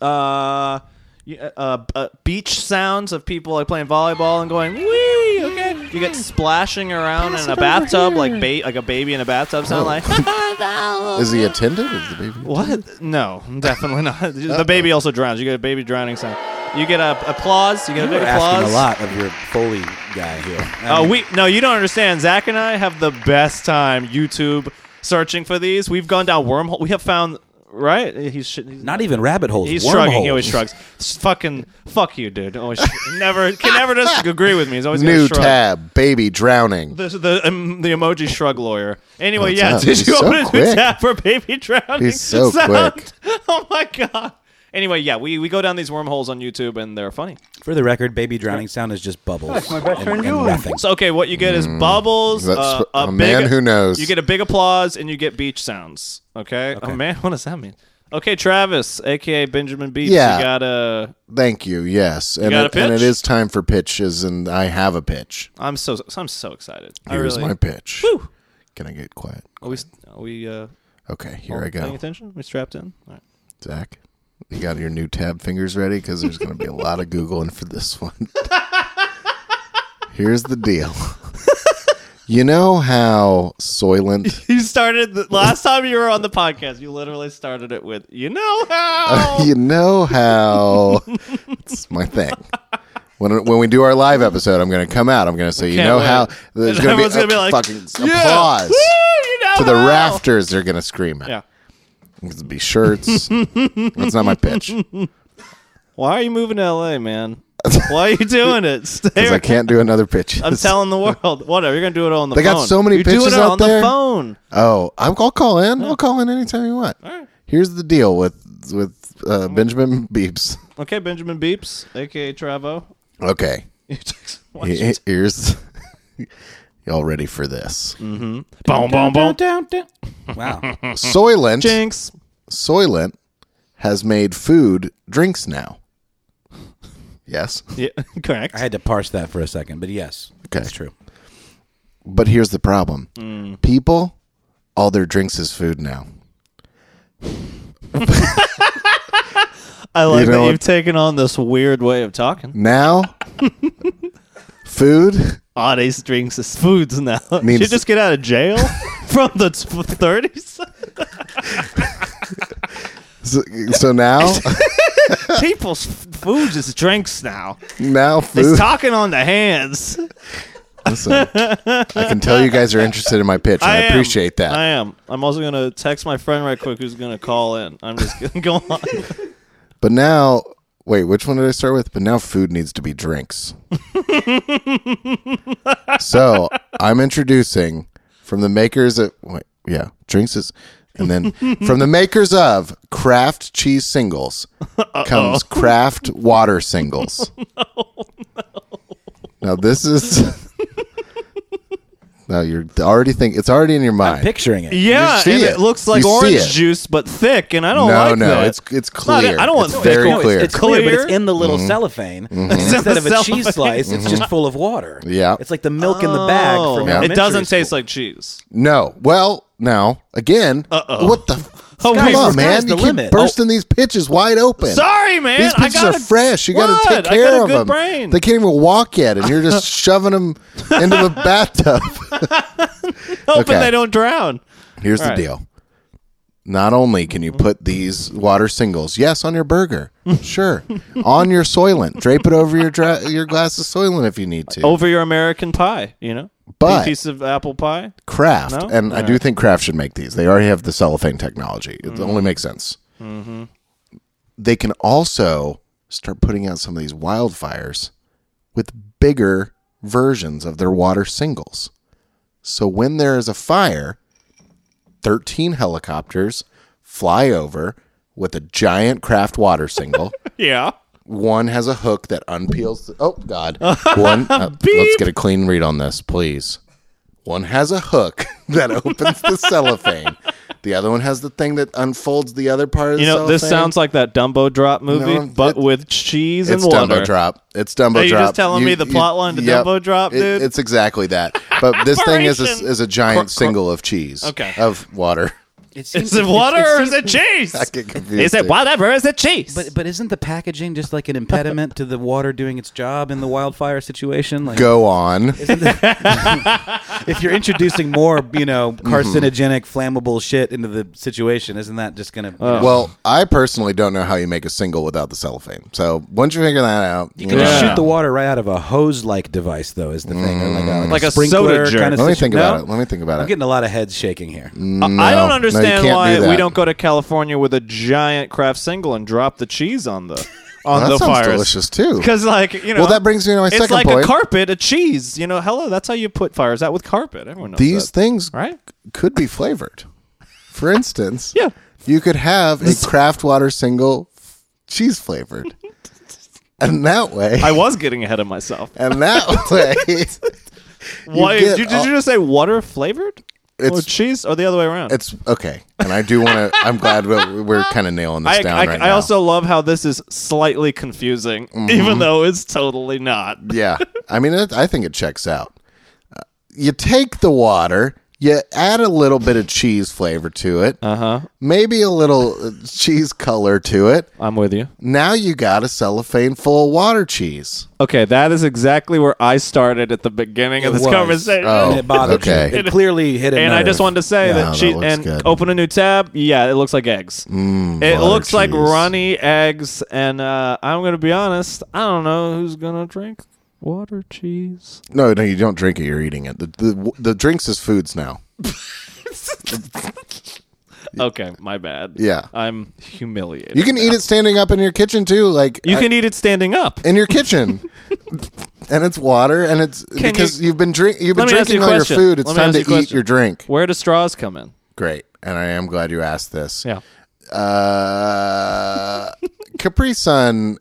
uh, you- uh, uh beach sounds of people like playing volleyball and going wee. Okay, you get splashing around in a bathtub like ba- like a baby in a bathtub sound like. Is he attended? Is the baby? What? No, definitely not. the baby also drowns. You get a baby drowning sound. You get a applause. You get a You're big asking applause. a lot of your Foley guy here. Um, I Oh, Uh, mean, we no, you don't understand. Zach and I have the best time. YouTube searching for these. We've gone down wormhole. We have found right. He's, sh- he's Not even rabbit holes. He's shrugging. He always wormholes. shrugs. S- fucking fuck you, dude. Always sh- never can never just agree with me. He's always gonna New shrug. tab, baby drowning. This is the um, the emoji shrug lawyer. Anyway, What's yeah, up? did He's you so open a new quick. tab for baby drowning? He's so quick. Oh my god. Anyway, yeah, we, we go down these wormholes on YouTube and they're funny. For the record, baby drowning sound is just bubbles. That's my best friend and, nothing. So okay, what you get is bubbles, Mm, That's uh, a man big- who knows. You get a big applause and you get beach sounds. Okay? Oh man, what does that mean? Okay, Travis, aka Benjamin Beats, Yeah. you got a Thank you. Yes, and got it, a and pitch? it is time for pitches, and I have a pitch. I'm so I'm so excited. I Here's Oh, really- my pitch. Woo. Can I get quiet? Are we are we uh Okay, here I paying go. attention? We strapped in? All right. Zach, you got your new tab fingers ready because there's going to be a lot of googling for this one. Here's the deal. you know how Soylent? You started the, last time you were on the podcast. You literally started it with you know how. you know how? it's my thing. When, when we do our live episode, I'm going to come out. I'm going to say, you Can't know wait. how? There's And going to everyone's be a gonna be like, fucking "Yeah, applause woo, you know to the how." rafters. They're going to scream at. Yeah. It's gonna be shirts. That's not my pitch because Why are you moving to LA, man? Why are you doing it? Stay. I can't do another pitch. I'm telling the world. Whatever. You're gonna do it all on the They phone. got so many You're doing pitches it out on there. the phone. Oh, I'm, I'll call in. I'll call in anytime you want. Here's the deal with with uh, Benjamin Beeps. Okay, Benjamin Beeps, aka Travo. Okay, Why he- is it- here's y'all ready for this. boom, boom, boom. Wow. Soylent, Jinx. Soylent has made food drinks now. Yes, Yeah, correct. I had to parse that for a second, but yes, Okay. that's true. but here's the problem: people, all their drinks is food now. I like know that what- you've taken on this weird way of talking. Now, food. Oddies, drinks, is foods now. Did Means- you just get out of jail from the t- 30s? So, so now, People's f- foods is drinks now. now It's food. talking on the hands. Listen, I can tell you guys are interested in my pitch, and I, am. appreciate that. I am. I'm also gonna text my friend right quick who's gonna call in. I'm just gonna go on. But now, wait, which one did I start with? But now food needs to be drinks. so I'm introducing from the makers of, wait, yeah, drinks is, and then from the makers of Kraft Cheese Singles comes Kraft Water Singles. Now this is. Now you're already think it's already in your mind. Picturing it. Yeah, You see and it. it. looks like You see orange it. juice, but thick, and I don't no, like no, that. it's it's No, I clear. don't want it's thick. very No, clear. Mm-hmm. It's, it's clear, but it's Clear? in the little cellophane. Instead of a cheese slice, it's just full of water. Yeah. It's like the milk in the bag Oh, from Yeah. it elementary doesn't school. taste like cheese. No. Well, now again. Uh-oh. What the? F- Oh, Come wait, on, sky's man! the You keep limit. bursting these pitches wide open. Sorry, man. These I pitches gotta- are fresh. You got to What? take I care got a of good them. brain. They can't even walk yet, and you're just shoving them into the bathtub. Hoping Okay. they don't drown. Here's the All right. deal. Not only can you put these water singles, yes, on your burger, sure, on your Soylent, drape it over your dra- your glass of Soylent if you need to. Over your American pie, you know? But- Big piece of apple pie. Kraft, No? and I do think Kraft should make these. They already have the cellophane technology. It only makes sense. They can also start putting out some of these wildfires with bigger versions of their water singles. So when there is a fire, 13 helicopters fly over with a giant Kraft water single. Yeah. One has a hook that unpeels. The, oh God! One. uh, let's get a clean read on this, please. One has a hook that opens the cellophane. The other one has the thing that unfolds the other part of You the know, this cellophane. sounds like that Dumbo Drop movie, No, but it- with cheese It's and water. Dumbo Drop. It's Dumbo Are you just Drop. telling me the plot line to Dumbo Drop, It- dude? it's exactly that. But this thing is a, Operation. is a giant single of cheese. Okay. Of water. It seems, Is it water it or seems- is it cheese? I get confused. Is it too. whatever? Is it cheese? But but isn't the packaging just like an impediment to the water doing its job in the wildfire situation? Like, Go on. if you're introducing more, you know, Mm-hmm. carcinogenic, flammable shit into the situation, isn't that just gonna? Oh. you know- Well, I personally don't know how you make a single without the cellophane. So once you figure that out, you You know, can just Yeah. shoot the water right out of a hose-like device, though, is the thing, or like a, Like a sprinkler soda jerk. kind of Mm. let me situ- think No? about it. Mm. Let me think about I'm it. getting a lot of heads shaking here. I No, don't no, you understand can't why do we that. don't go to California with a giant craft single and drop the cheese on the Well, on that the sounds fires. delicious too. Because like you know, Well, that brings me to my it's second like point. a carpet, a cheese. You know, hello, that's how you put fires out with carpet. Everyone knows These that, things right? could be flavored. For instance, Yeah. you could have a craft water single f- cheese flavored, and that way, I was getting ahead of myself. and that way, Why get did, you, did all- you just say water flavored or It's- cheese or the other way around? it's okay. And I do want to. I'm glad we're, we're kind of nailing this I, down I, right I now. Mm-hmm. also love how this is slightly confusing, even though it's totally not. yeah. I mean, it, I think it checks out. Uh, You take the water, you add a little bit of cheese flavor to it, uh-huh. maybe a little uh, cheese color to it. I'm with you. Now you got a cellophane full of water cheese. Okay, that is exactly where I started at the beginning of It this was. conversation. Oh, and it bothered okay. you. It clearly hit a And I nerve. just wanted to say Wow, that that she looks and good. open a new tab. Yeah, it looks like eggs. it water looks like cheese. runny eggs, and uh, I'm gonna be honest. I don't know who's gonna drink water cheese. No, no, you don't drink it. You're eating it. The the, the drinks is foods now. Okay, my bad. Yeah. I'm humiliated. You can eat it standing up in your kitchen too, like You I- can eat it standing up. in your kitchen. and it's water, and it's you- because you, have been drink you've been Let me ask you drinking a all your question. food. It's Let me time ask to you a eat question. your drink. Where do straws come in? Great, and I am glad you asked this. Yeah. Uh, Capri Sun.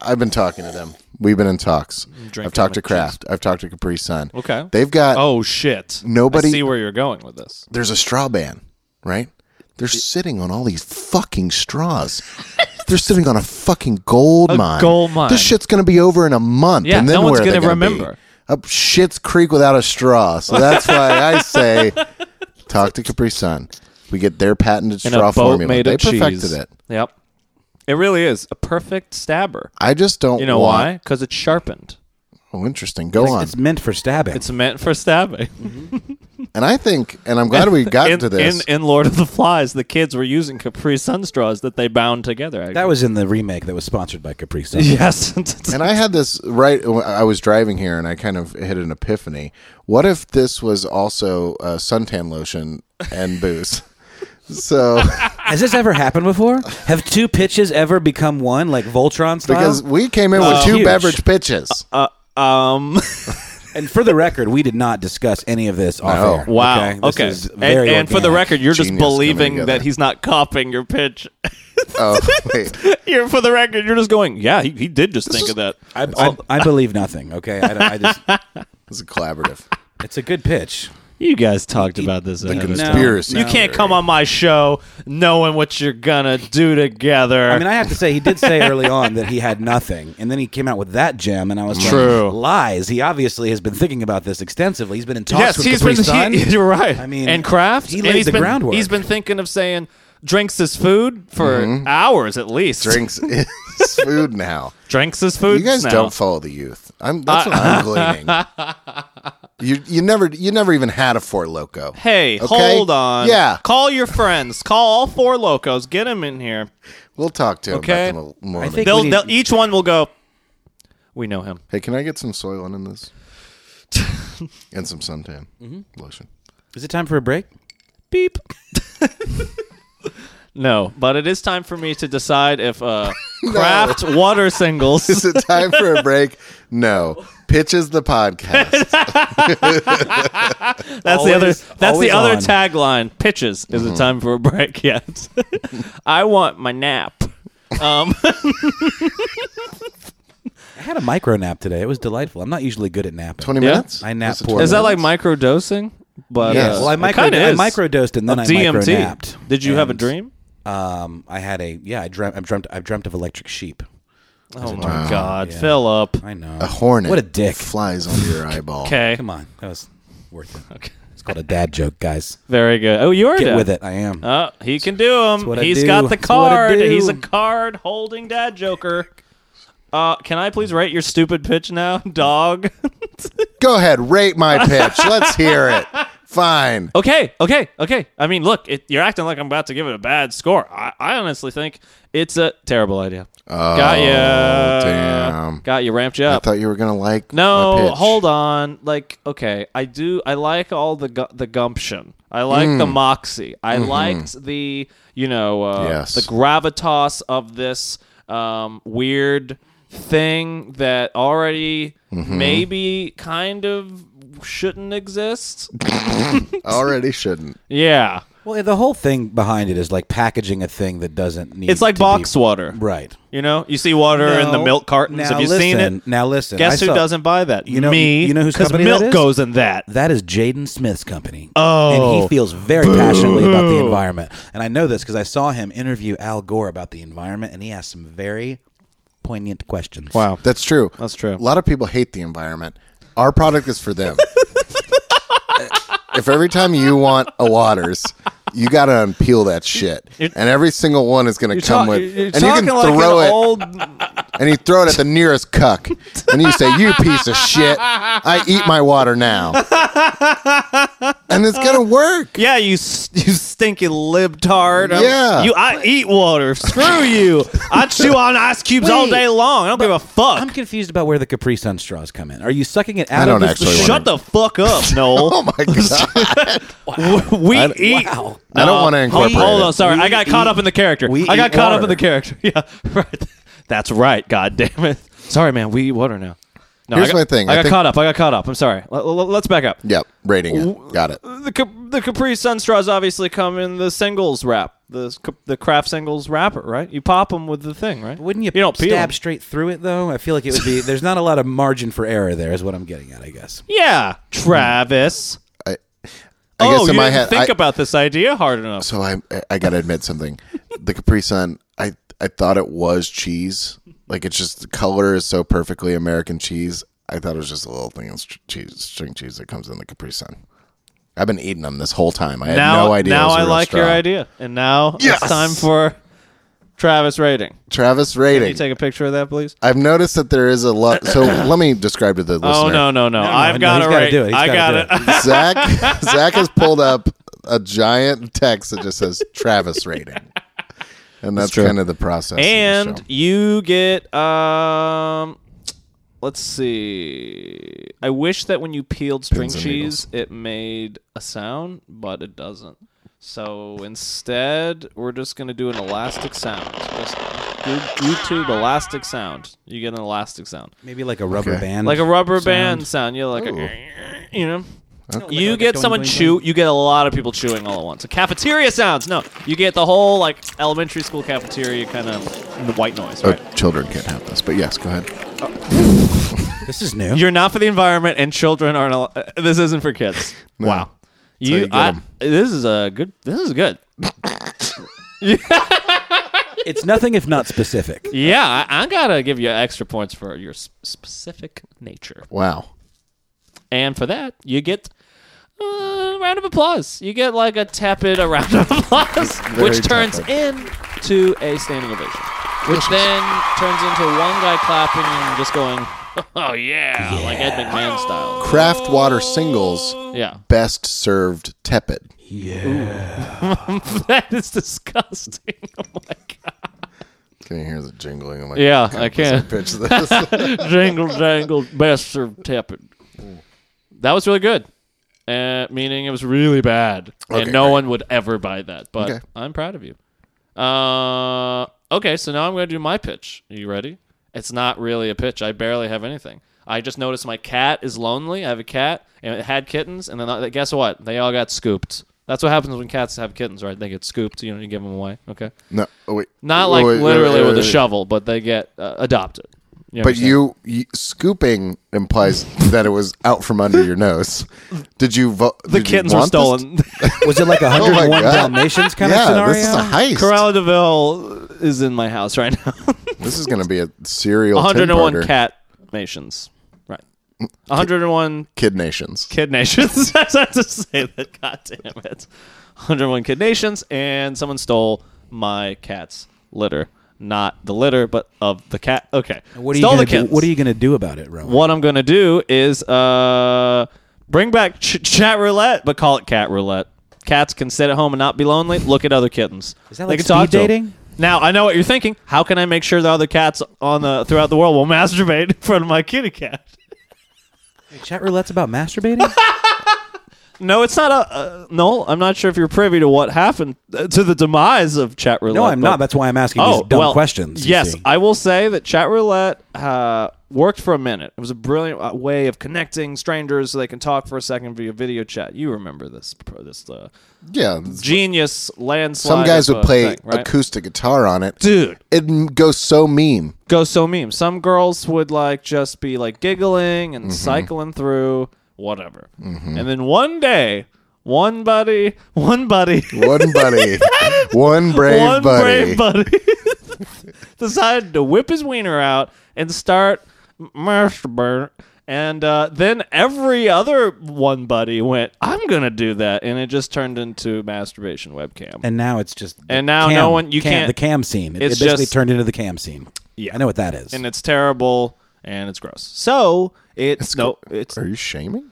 I've been talking to them. We've been in talks. drinking I've talked my to Kraft. I've talked to Capri Sun. Okay. They've got. Oh shit. Nobody- I see where you're going with this. There's a straw ban, right? They're sitting on all these fucking straws. They're sitting on a fucking gold A mine. gold mine. This shit's gonna be over in a month. Yeah, and then no one's where are they gonna gonna be? remember. Up shit's creek without a straw. So that's why I say, talk to Capri Sun. We get their patented In straw a boat formula. made they of cheese. perfected it. Yep. It really is a perfect stabber. I just don't. You know want- why? Because it's sharpened. Oh, interesting. Go on. It's meant for stabbing. It's meant for stabbing. And I think, and I'm glad we got in, to this. In, in Lord of the Flies, the kids were using Capri Sun straws that they bound together. I that was in the remake that was sponsored by Capri Sun. yes. and I had this right. I was driving here, and I kind of hit an epiphany. What if this was also uh, suntan lotion and booze? so Uh-huh. Has this ever happened before? Have two pitches ever become one, like Voltron style? because we came in with two Huge. beverage pitches, uh, um. and for the record, we did not discuss any of this. Off No. air, Wow. This Okay. is And, very and for the organic. record, you're just Genius coming believing together. that he's not copying your pitch. oh, wait. you're for the record, you're just going. Yeah, he, he did just think of that. I, I, I believe nothing. Okay, I, don't- I just it's a collaborative. it's a good pitch. You guys talked about this. The ahead of time. conspiracy. No. You can't come on my show knowing what you're gonna do together. I mean, I have to say, he did say early on that he had nothing, and then he came out with that gem, and I was like, True. lies. He obviously has been thinking about this extensively. He's been in talks yes, with he's Capri been. Sun. He, you're right. I mean, and Kraft. he and laid he's the been- groundwork. He's been thinking of saying drinks is food for Mm-hmm. hours at least. Drinks is food now. drinks is food. You guys now. don't follow the youth. I'm that's what I'm gleaning. You you never you never even had a four loco. Hey, Okay? hold on. Yeah, Call your friends. Call all four locos. Get them in here. we'll talk to him. Okay. About the Mormon. I think- They'll, we need- they'll each one will go. We know him. Hey, can I get some soy on in this? and some suntan lotion. Is it time for a break? Beep. no, but it is time for me to decide if uh, craft water Is singles. it time for a break? No. Pitches the podcast. That's the other. Always- That's the always other on. tagline. Pitches. Is it time for a break yet? I want my nap. Um, I had a micro nap today. It was delightful. I'm not usually good at napping. 20 Yeah. minutes? I nap Was it poorly. is that like minutes? micro dosing? But Yes. uh, Well, I, it micro- kinda I is. microdosed and then I Of DMT. micronapped. Did you have a And, dream? Um, I had a yeah. I dreamt. I've dreamt. I've dreamt of electric sheep. Oh my God, Philip. I know. A hornet. What a dick. Flies on your eyeball. Okay. Come on, that was worth it. Okay. It's called a dad joke, guys. Very good. Oh, you are Get dead. with it. I am. Oh, he can do them. what I He's do. got the It's what I card. do. He's a card holding dad joker. Uh, can I please rate your stupid pitch now, dog? Go ahead, rate my pitch. Let's hear it. Fine. okay, okay, okay. I mean, look, it, you're acting like I'm about to give it a bad score. I, I honestly think it's a terrible idea. Oh, got you. Oh, damn. Got you. Ramped you I up. thought you were gonna like. my No, pitch. hold on. Like, okay, I do. I like all the gu- the gumption. I like Mm. the moxie. I liked the you know uh, Mm-hmm. Yes. the gravitas of this um, weird thing that already Mm-hmm. maybe kind of shouldn't exist. Already shouldn't. yeah, Well, the whole thing behind it is like packaging a thing that doesn't need. it's like to box be, water. right? You know, you see water in the No. milk cartons. Now Have you seen listen. it? Now listen. Guess I who saw- doesn't buy that? You know- me. you know whose because company that milk is? goes in that. That is Jaden Smith's company. Oh. And he feels very passionately about the environment. And I know this because I saw him interview Al Gore about the environment, and he asked some very poignant questions. Wow, That's true. That's true. A lot of people hate the environment. Our product is for them. if every time you want a waters, you got to unpeel that shit, and every single one is going to come Talk- with, you're and you can talking like throw an it, old and you throw it at the nearest cuck, and you say, "You piece of shit! I eat my water now," and it's gonna work. Yeah, you s- you stinking libtard. I'm- Yeah. you. I eat water. Screw you. I chew on ice cubes all Wait, day long. I don't give a fuck. I'm confused about where the Capri Sun straws come in. Are you sucking it out I of don't this actually machine? want Shut the fuck up, Oh Noel. my god! we eat. Wow. I don't want to Hold, incorporate. Uh, hold on, it. sorry. We I got caught eat- up in the character. we I got eat caught up water. in the character. Yeah, right. That's right. God damn it. Sorry, man. We eat water now. No, Here's I got, my thing. I, I got think- caught up. I got caught up. I'm sorry. L- l- let's back up. Yep, rating it. Got it. the Cap- the Capri Sun straws obviously come in the singles wrap, the s- the craft singles wrapper, right? You pop them with the thing, right? Wouldn't you, You don't peel stab 'em. straight through it though? I feel like it would be. There's not a lot of margin for error there, is what I'm getting at. I guess. Yeah, Travis. I, I oh, guess you in my didn't head, think I, about this idea hard enough. so I I gotta admit something. The Capri Sun, I I thought it was cheese. Like it's just the color is so perfectly American cheese. I thought it was just a little thing of str- cheese, string cheese that comes in the Capri Sun. I've been eating them this whole time. I had now, no idea. it now was a I real like your straw. idea, and now Yes! it's time for Travis rating. Travis Can you rating. take a picture of that, please? I've noticed that there is a lot. So let me describe to the listener. Oh no, no, no, no! I've no, got he's it gotta right. do it. He's I got gotta it. do Zach Zach has pulled up a giant text that just says Travis rating, and that's kind of the process. of the and show. you get um let's see i wish that when you peeled string Pins and cheese it made a sound but it doesn't so instead we're just going to do an elastic sound just Yo- youtube elastic sound you get an elastic sound Maybe like a rubber Okay. band, like a rubber sound. band sound yeah like Ooh. a you know like you a get doing, someone doing, chew. You get a lot of people chewing all at once. So cafeteria sounds. No, you get the whole like elementary school cafeteria kind of white noise. Oh, Right? children can't have this, but yes, go ahead. This is new. You're not for the environment, and children aren't. Al- uh, this isn't for kids. Wow, you. you get I- 'em. this is a good. This is good. it's nothing if not specific. Yeah, I, I gotta give you extra points for your s- specific nature, Wow. and for that you get. uh, round of applause. You get like a tepid a round of applause, which turns into a standing ovation, which then turns into one guy clapping and just going, "Oh yeah," like Ed McMahon style. Craft water singles Yeah, best served tepid. that is disgusting. Oh my god. Can you hear the jingling? I'm like, Yeah, God, I can. Pitch this. jingle jangle best served tepid that was really good uh, meaning it was really bad Okay, and no great. one would ever buy that but Okay. i'm proud of you uh, okay so now i'm going to do my pitch are you ready it's not really a pitch i barely have anything i just noticed my cat is lonely i have a cat and it had kittens and then uh, guess what they all got scooped that's what happens when cats have kittens right they get scooped you know you give them away okay no, oh, wait. not Oh, like wait, wait, literally wait, with a wait. shovel but they get uh, adopted You But understand? you, you scooping implies that it was out from under your nose. Did you vote? the kittens were stolen. Was it like a Oh my 101 God. Dalmatians kind yeah, of scenario? this is a heist. Corella Deville is in my house right now. This is going to be a serial 101 10-parter. cat nations. Right. Mm. 101 Kid Nations. Kid Nations. I have to say that. God damn it. 101 Kid Nations, and someone stole my cat's litter. Not the litter, but of the cat. Okay. What are you stole gonna the do? kittens. What are you gonna do about it, Rowan? What I'm gonna do is uh, bring back ch- chat roulette, but call it cat roulette. Cats can sit at home and not be lonely. Look at other kittens. Is that They like can talk speed to 'em. dating? Now I know what you're thinking. How can I make sure the other cats on the throughout the world will masturbate in front of my kitty cat? Chat roulette's about masturbating. No, it's not a uh, no. I'm not sure if you're privy to what happened uh, to the demise of chat roulette. no, I'm but- not. That's why I'm asking oh, these dumb well, questions. you Yes, see. I will say that chat roulette uh, worked for a minute. It was a brilliant uh, way of connecting strangers so they can talk for a second via video chat. You remember this pro- this uh, Yeah. genius landslide? Some guys of would a play thing, right? acoustic guitar on it. Dude, It'd m- go so mean. go so meme. Some girls would like just be like giggling Mm-hmm. and cycling through whatever, and then one day, one buddy, one buddy. One buddy. one brave one buddy. brave buddy decided to whip his wiener out and start m- masturbating. And uh, then every other one buddy went, I'm going to do that. And it just turned into masturbation webcam. And now it's just the And now cam- no one- you cam- can't- the cam scene. It, it It's basically just- turned into the cam scene. Yeah. I know what that is. And it's terrible and it's gross. So it's, no, it's. Are you shaming?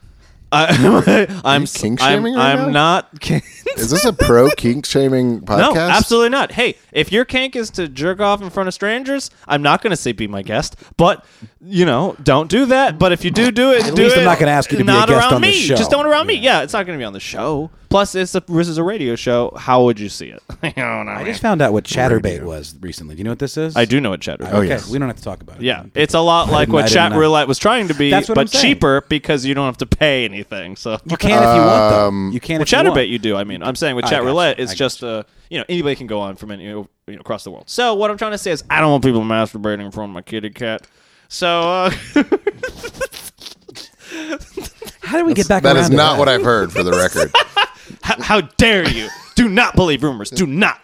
I, I'm, you kink I'm, shaming right I'm now? not. kink- Is this a pro kink shaming podcast? No, absolutely not. Hey, if your kink is to jerk off in front of strangers, I'm not going to say be my guest, but you know, don't do that. But if you do do it, At do least it I'm not gonna ask you to be a not guest around on me. this show. Just don't around me. Yeah, it's not going to be on the show. Plus, it's a this is a radio show. How would you see it? I don't know. I man. just found out what chatterbait was recently. Do you know what this is? I do know what cheddar. Okay, yes. we don't have to talk about it. Yeah, it's a lot like what I didn't chat know. roulette was trying to be, That's what but I'm saying. cheaper because you don't have to pay anything. So you can if you want though. You can Well, if you want. chatterbait you do. I mean, I'm saying with I chat gotcha. roulette, I it's just uh, you know anybody can go on from any you know, across the world. So what I'm trying to say is I don't want people masturbating in front of my kitty cat. So uh, How do we get back? That around is to not that? what I've heard for the record. how, how dare you? Do not believe rumors. Do not.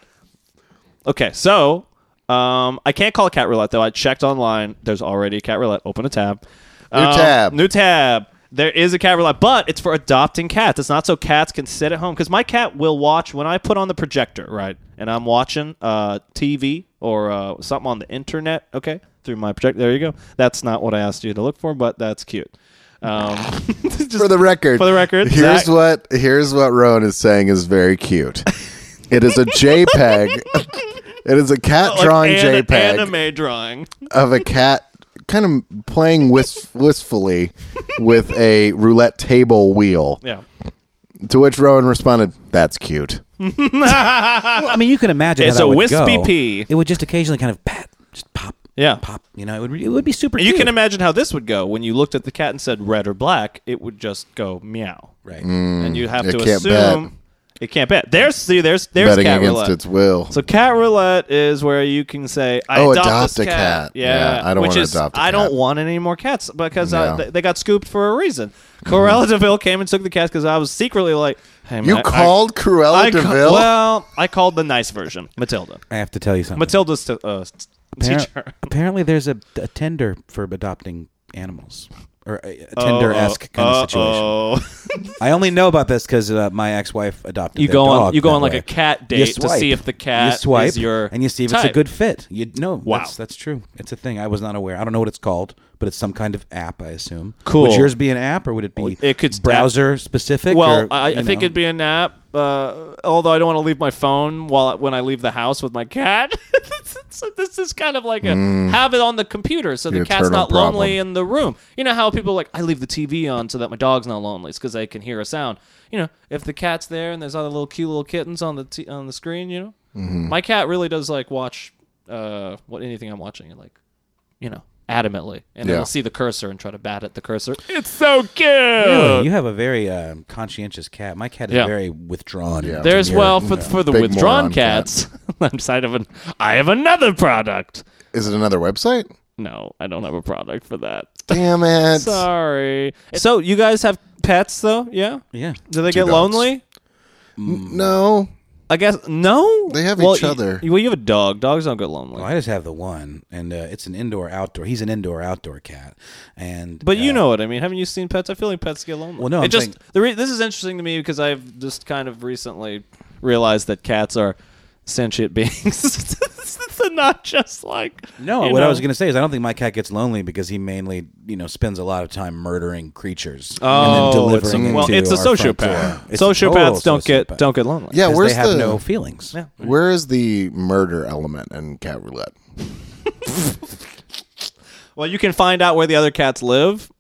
Okay, so um, I can't call it cat roulette though. I checked online. There's already a cat roulette. Open a tab. New tab. New tab. There is a cat roulette, but it's for adopting cats. It's not so cats can sit at home because my cat will watch when I put on the projector, right? And I'm watching uh, TV or uh, something on the internet. Okay, through my projector. There you go. That's not what I asked you to look for, but that's cute. Um, just- for the record. For the record, Here's what Zach- here's what Rowan is saying is very cute. it is a JPEG. it is a cat like drawing an- JPEG anime drawing. of a cat kind of playing wist- wistfully with a roulette table wheel. Yeah. To which Rowan responded, "That's cute." Well, I mean, you can imagine. It's how that a would wispy go. pee. It would just occasionally kind of pat, just pop, Yeah. pop. You know, it would re- it would be super. You cute. Hmm. can imagine how this would go. When you looked at the cat and said red or black, it would just go meow. right. and you have Hmm. it to can't assume it can't bet. There's see, there's there's betting cat against roulette. its will. so cat roulette is where you can say, "I Oh, adopt, adopt this a cat. Yeah, Yeah, I don't which wanna is, adopt a I cat. don't want any more cats because uh, No. Hmm. they, they got scooped for a reason. Corella Deville came and took the cats because I was secretly like, "Hey, man, you I- called Cruella I, I, ca- Deville? Well, I called the nice version, Matilda. I have to tell you something. Matilda's t- uh, s- Appar- teacher. Apparently, there's a, a tender for adopting animals or a a tender-esque kind of situation. situation. I only know about this because uh, my ex-wife adopted. You their go on- dog you go that on, like, way. a cat You date to swipe. see if the cat you swipe, is your and you see if it's type. a good fit. You know, Wow. that's, that's true. It's a thing. I was not aware. I don't know what it's called, but it's some kind of app, I assume. Cool. Would yours be an app, or would it be It could- browser specific? Well, or, I, you I think know? it'd be a nap. Uh, although I don't want to leave my phone while when I leave the house with my cat. so this is kind of like a have it on the computer so the, The cat's eternal not lonely problem. in the room. You know how people are like I leave the TV on so that my dog's not lonely. It's because I can hear a sound. You know, if the cat's there and there's other little cute little kittens on the t- on the screen, you know, my cat really does like watch uh, what anything I'm watching and like you know adamantly, and Yeah. it'll see the cursor and try to bat at the cursor. It's so cute. Really? You have a very um, conscientious cat. My cat is uh, Yeah. very withdrawn. Yeah. There's Demure. well for for the Big withdrawn moron cat. cats. I'm side of an. I have another product. Is it another website? No, I don't have a product for that. Damn it! Sorry. So you guys have pets though? Yeah. Yeah. Do they Two get dogs. lonely? No, I guess no. They have Well, each you- other. well, you have a dog. Dogs don't get lonely. Well, I just have the one, and uh, it's an indoor outdoor. He's an indoor outdoor cat, and But you uh, know what I mean. Haven't you seen pets? I feel like pets get lonely. Well, no, It I'm just saying- the re- this is interesting to me because I've just kind of recently realized that cats are sentient beings. They're not just like No, you what I know. was going to say is I don't think my cat gets lonely because he mainly, you know, spends a lot of time murdering creatures Oh, and then delivering it's a, them well, to it's a our front door. sociopath. It's a total Sociopaths don't get sociopath. don't get lonely. Yeah, 'Cause where's they have the no feelings. Yeah. where is the murder element in cat roulette? Well, you can find out where the other cats live,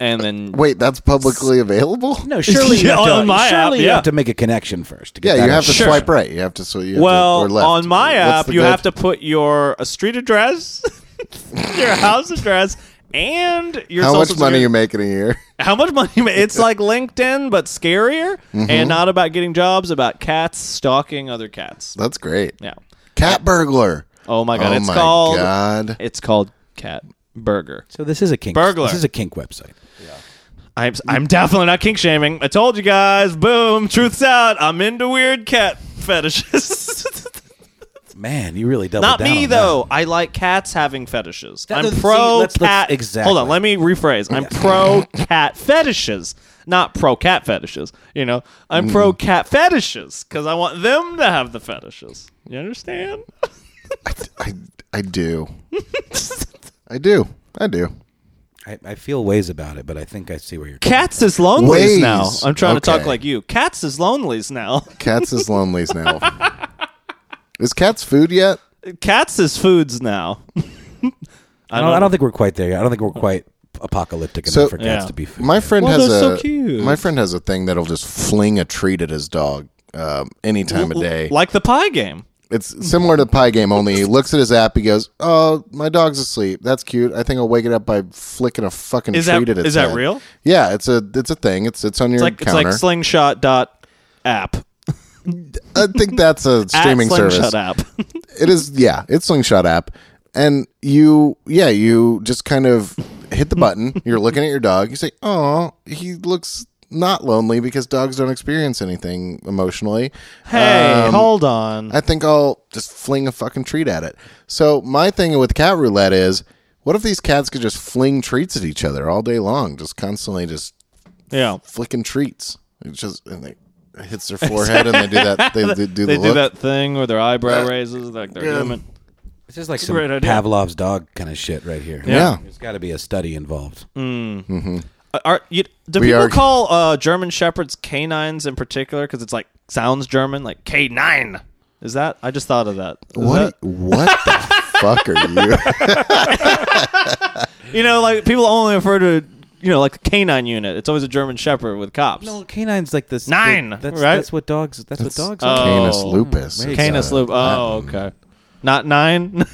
and then Wait, that's publicly available. No, surely you Yeah, have to, on my surely app, you yeah. have to make a connection first. To Yeah, get that you have to information. swipe right. You have to so you have to- or Well, left. on What's my app, the you good- have to put your uh, street address, your house address, and your How social much money security- you making a year? How much money? you ma- It's like LinkedIn, but scarier, and not about getting jobs, about cats stalking other cats. That's great. Yeah. Cat burglar. Oh my god! oh it's my called. god. It's called Cat Burger. So this is a kink. Burglar. This is a kink website. I'm I'm definitely not kink shaming. I told you guys. Boom. Truth's out. I'm into weird cat fetishes. Man, you really doubled Not down me on that. though. I like cats having fetishes. That I'm doesn't- see, pro let's- let's- cat. exactly. Hold on, let me rephrase. I'm pro cat fetishes, not pro cat fetishes. You know, Mm. I'm pro cat fetishes because I want them to have the fetishes. You understand? I I do. I do. I do. I, I feel ways about it, but I think I see where you're. Cats is lonelies Ways. now. I'm trying to talk Okay. like you. Cats is lonelies now. Cats is lonelies now. is cats food yet? Cats is foods now. I don't. I don't think we're quite there. yet. I don't think we're quite apocalyptic So- enough for cats Yeah. to be. Food. My friend Well, has they're so a cute. my friend has a thing that'll just fling a treat at his dog um, any time of day. Like the pie game. It's similar to the pie game, only he looks at his app. He goes, "Oh, my dog's asleep. That's cute. I think I'll wake it up by flicking a fucking Is treat that at its is that head." real? Yeah, it's a it's a thing. It's it's on your It's like counter. it's like slingshot dot app. I think that's a At streaming service. slingshot app. It is, yeah, it's Slingshot app, and you, yeah, you just kind of hit the button. You're looking at your dog. You say, "Oh, he looks not lonely because dogs don't experience anything emotionally." Hey, Um, hold on. I think I'll just fling a fucking treat at it. So my thing with cat roulette is, what if these cats could just fling treats at each other all day long, just constantly just yeah. flicking treats? It's just and they it hits their forehead and they do that. They do, do They the do look. Uh, that thing where their eyebrow raises like they're Yeah. human. This is like a some great idea. Pavlov's dog kind of shit right here. Yeah. There's got to be a study involved. Uh, Are you, do We people are- call uh, German shepherds canines in particular because it's like sounds German like K9? Is that? I just thought of that. Is What? What the fuck are you? that- you know, like people only refer to you know like a canine unit. It's always a German shepherd with cops. No, canine's like this. Nine, that's, right? That's what dogs. That's, what dogs. Oh. are. Canis lupus. Maybe. It's, Canis uh, loop. Oh, okay. Not nine.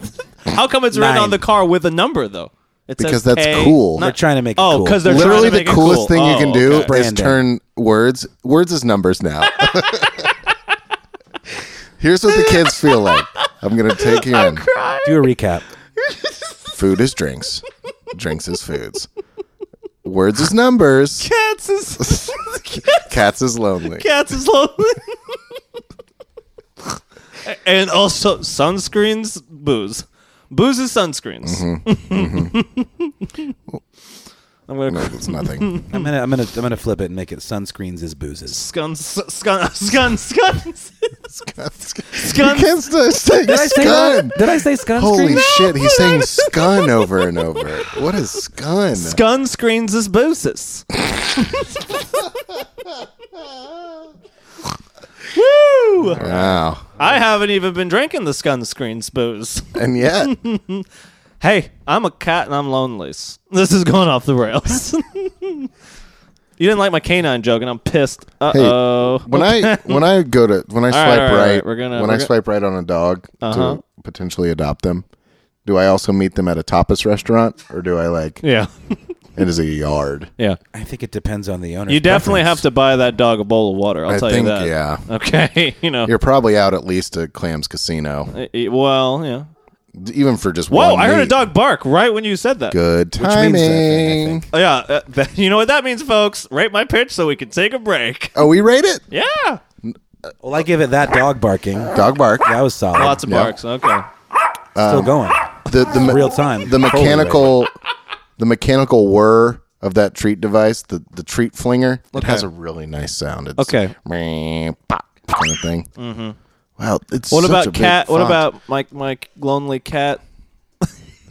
How come it's written Nine. on the car with a number though? It says Because that's K- cool. They're trying to make it Oh, cool. 'cause they're Literally trying to the make it coolest cool. thing you Oh, can do okay. is Branding. turn words. Words is numbers now. Here's what the kids feel like. I'm gonna take you in. Do a recap. Food is drinks. drinks is foods. Words is numbers. Cats is Cats is lonely. cats is lonely. and also sunscreens, booze. Booze is sunscreens. I'm No, gonna it's nothing. I'm gonna, I'm gonna, I'm gonna flip it and make it sunscreens is boozes. scun scun scun scun You can't st- say scun. Did I say sunscreens? Holy shit, he's saying scun over and over. What is scun? scun screens is boozes. Woo! Wow. I haven't even been drinking the scun screens booze. And yet, Hey, I'm a cat and I'm lonely. This is going off the rails. you didn't like my canine joke, and I'm pissed. Uh oh. when I when I go to when I right, swipe all right, all right, right. We're gonna- when we're I go- swipe right on a dog Uh-huh. to potentially adopt them, do I also meet them at a tapas restaurant or do I like Yeah, it is a yard? yeah. I think it depends on the owner. You definitely have to buy that dog a bowl of water. I'll I tell think you that. yeah. Okay. You know. You're probably out at least at Clams Casino, Uh, uh, Well, yeah. even for just Whoa! one. I heard a meet. dog bark right when you said that. Good Which means that thing, I timing. think. Oh, Yeah. Uh, th- you know what that means, folks? Rate my pitch so we can take a break. Oh, we rate it. Yeah. Well, I give it that dog barking. Dog bark. That was solid. Lots of Yeah. barks. Okay. Still going. The the me- Real time. the Foley mechanical the mechanical whir of that treat device, the the treat flinger. It has a really nice sound. It's Okay. meh, pop, kind of thing. Mm-hmm. Wow, it's What such a about big cat? What font. about my my lonely cat?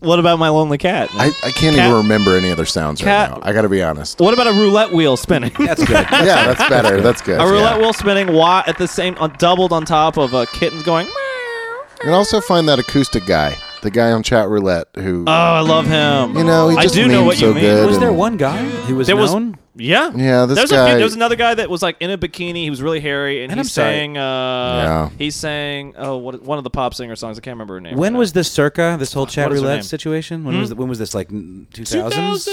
what about my lonely cat? I, I can't Cat- even remember any other sounds Cat- right now. I got to be honest. what about a roulette wheel spinning? That's good. yeah, that's better. That's good. a roulette yeah. wheel spinning wa- at the same on, doubled on top of a kitten going. "Meow." And also find that acoustic guy, the guy on chat roulette who Oh, I love him. you know he Oh, I just do know memes what so you mean. good. Was there and- one guy who was There was- known? Yeah. Yeah, this There's A guy- few, there was another guy that was like in a bikini. He was really hairy, and, And he I'm sorry. sang. Uh, Yeah. He sang. Oh, what, one of the pop singer songs. I can't remember her name. When right was this circa? This whole chat What is her name? Hmm? roulette situation. When was when was this? Like two now. thousands.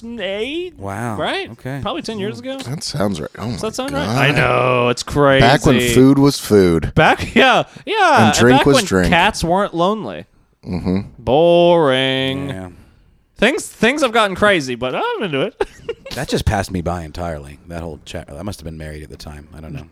2008? Wow. Right. Okay. Probably ten years ago. That sounds right. Oh Does my that sound God. right? I know it's crazy. Back when food was food. Back yeah yeah. And drink back was when drink. Cats weren't lonely. Mm-hmm. Boring. Yeah. Things things have gotten crazy, but I'm into it. That just passed me by entirely. That whole chat. I must have been married at the time. I don't know.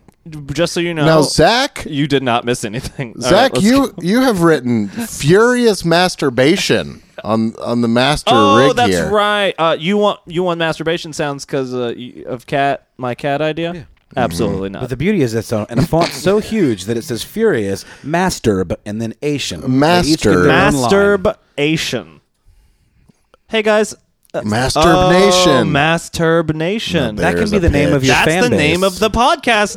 Just so you know, Now Zach, you did not miss anything. All Zach, right, let's you you have written furious masturbation on on the master Oh, rig that's here. right. Uh, you want you want masturbation sounds because uh, y- of cat my cat idea? Mm-hmm. Absolutely not. But the beauty is it's on, and a font so huge that it says furious masturb and then Asian. Master. masturbation. Hey guys, uh, Masturbation. Oh, masturbation. No, That There's can be a the name of pitch. your that's fan the base. name of the podcast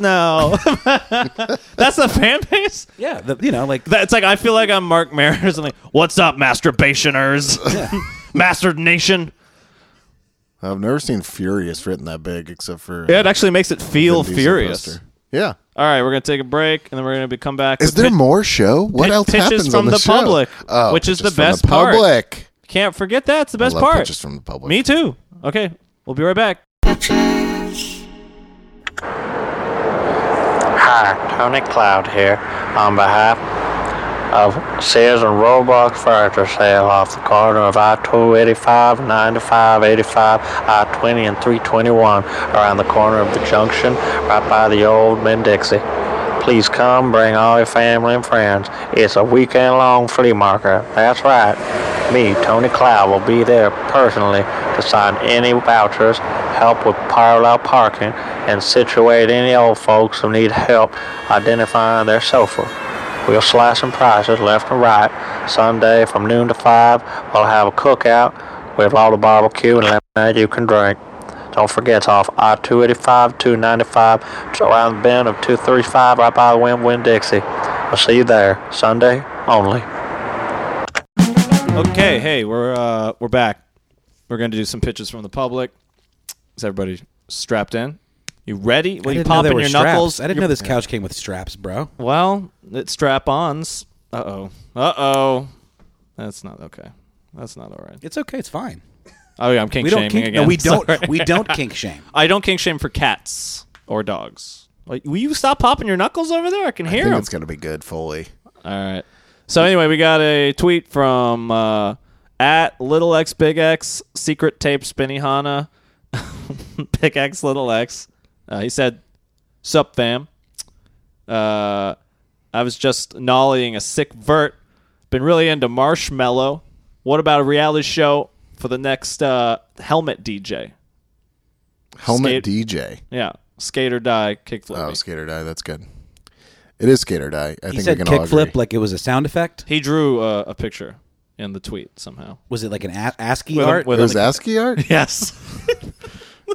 now. that's the fan base. yeah. The, you know, like That's like I feel like I'm Mark Maron or something. What's up, masturbationers? Mastered Nation. I've never seen furious written that big except for Yeah, it actually makes it feel Vin Diesel furious. Uh, poster. Yeah. All right, we're gonna take a break, and then we're gonna be come back. Is with there pit- more show? What pit- else pitches happens from on the, the show? public, Oh, which is pitches the from best the part. public. Can't forget that's the best I love part. Pitches from the public. Me too. Okay, we'll be right back. Hi, Tony Cloud here on behalf of Sears and Roebuck Furniture Sale off the corner of I-285, 95, 85, I-20, and 321 around the corner of the junction right by the old Mendixie. Please come, bring all your family and friends. It's a weekend-long flea market. That's right. Me, Tony Cloud, will be there personally to sign any vouchers, help with parallel parking, and situate any old folks who need help identifying their sofa. We'll slice some prices left and right. Sunday from noon to 5, we'll have a cookout with all the barbecue and lemonade you can drink. Don't forget, it's off I 285, 295, it's around the bend of 235, right by the Win Win Dixie. We'll see you there, Sunday only. Okay, hey, we're uh, we're back. We're gonna do some pitches from the public. Is everybody strapped in? You ready? Well, I you didn't know pop there in were your straps. knuckles. I didn't know this couch came with straps, bro. Well, it's strap-ons. Uh oh. Uh oh. That's not okay. That's not all right. It's okay. It's fine. Oh yeah, I'm kink We shaming don't kink. again. No, we don't. Sorry. We don't kink shame. I don't kink shame for cats or dogs. Like, will you stop popping your knuckles over there? I can I hear think them. it's going to be good, Foley. All right. So anyway, we got a tweet from uh, at little x big x secret tape spinny hana big x little x. Uh, he said, "Sup fam, uh, I was just nollying a sick vert. Been really into marshmallow. What about a reality show for the next uh, helmet DJ? Helmet Skate- DJ. Yeah, skate or die kickflip. Oh, me. Skater Die. That's good. It is Skater Die. I He think said we can all agree. kickflip like it was a sound effect. He drew uh, a picture in the tweet somehow. Was it like an a- ASCII With a- art? with It was a- ASCII art? yes.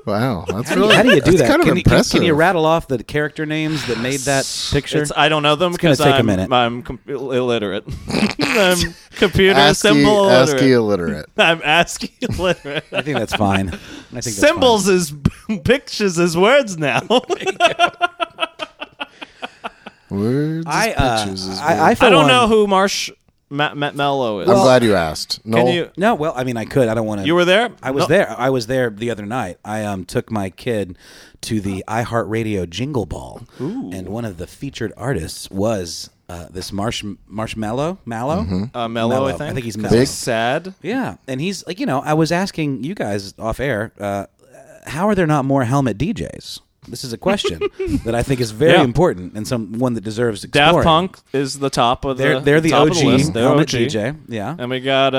Wow, that's how, do you, really how do you do that's that? Kind of can, you, can, impressive. can you rattle off the character names that made that picture? It's, I don't know them gonna because take a I'm, minute. I'm com- illiterate. I'm computer ASCII, symbol illiterate. ASCII illiterate. I'm ASCII illiterate. I think that's fine. I think that's fine. Symbols is pictures is words now. Words, I, uh, pictures is weird. I, I, for I don't one- know who Marsh Ma- Ma- Mello is. I'm glad you asked. No, Can you? No, well, I mean, I could. I don't want to. You were there. I was No- there. I was there the other night. I um, took my kid to the iHeartRadio Jingle Ball, and one of the featured artists was uh, this marsh marshmallow mallow Mm-hmm. Uh, Mello, I Mello. think. I think he's 'Cause Mello. Sad. Yeah, and he's like, you know, I was asking you guys off air, uh, how are there not more helmet DJs? This is a question that I think is very Yeah. important and some one that deserves Daft exploring. Punk is the top of the. They're they're the top OG Of the list. They're helmet OG. DJ. Yeah. And we got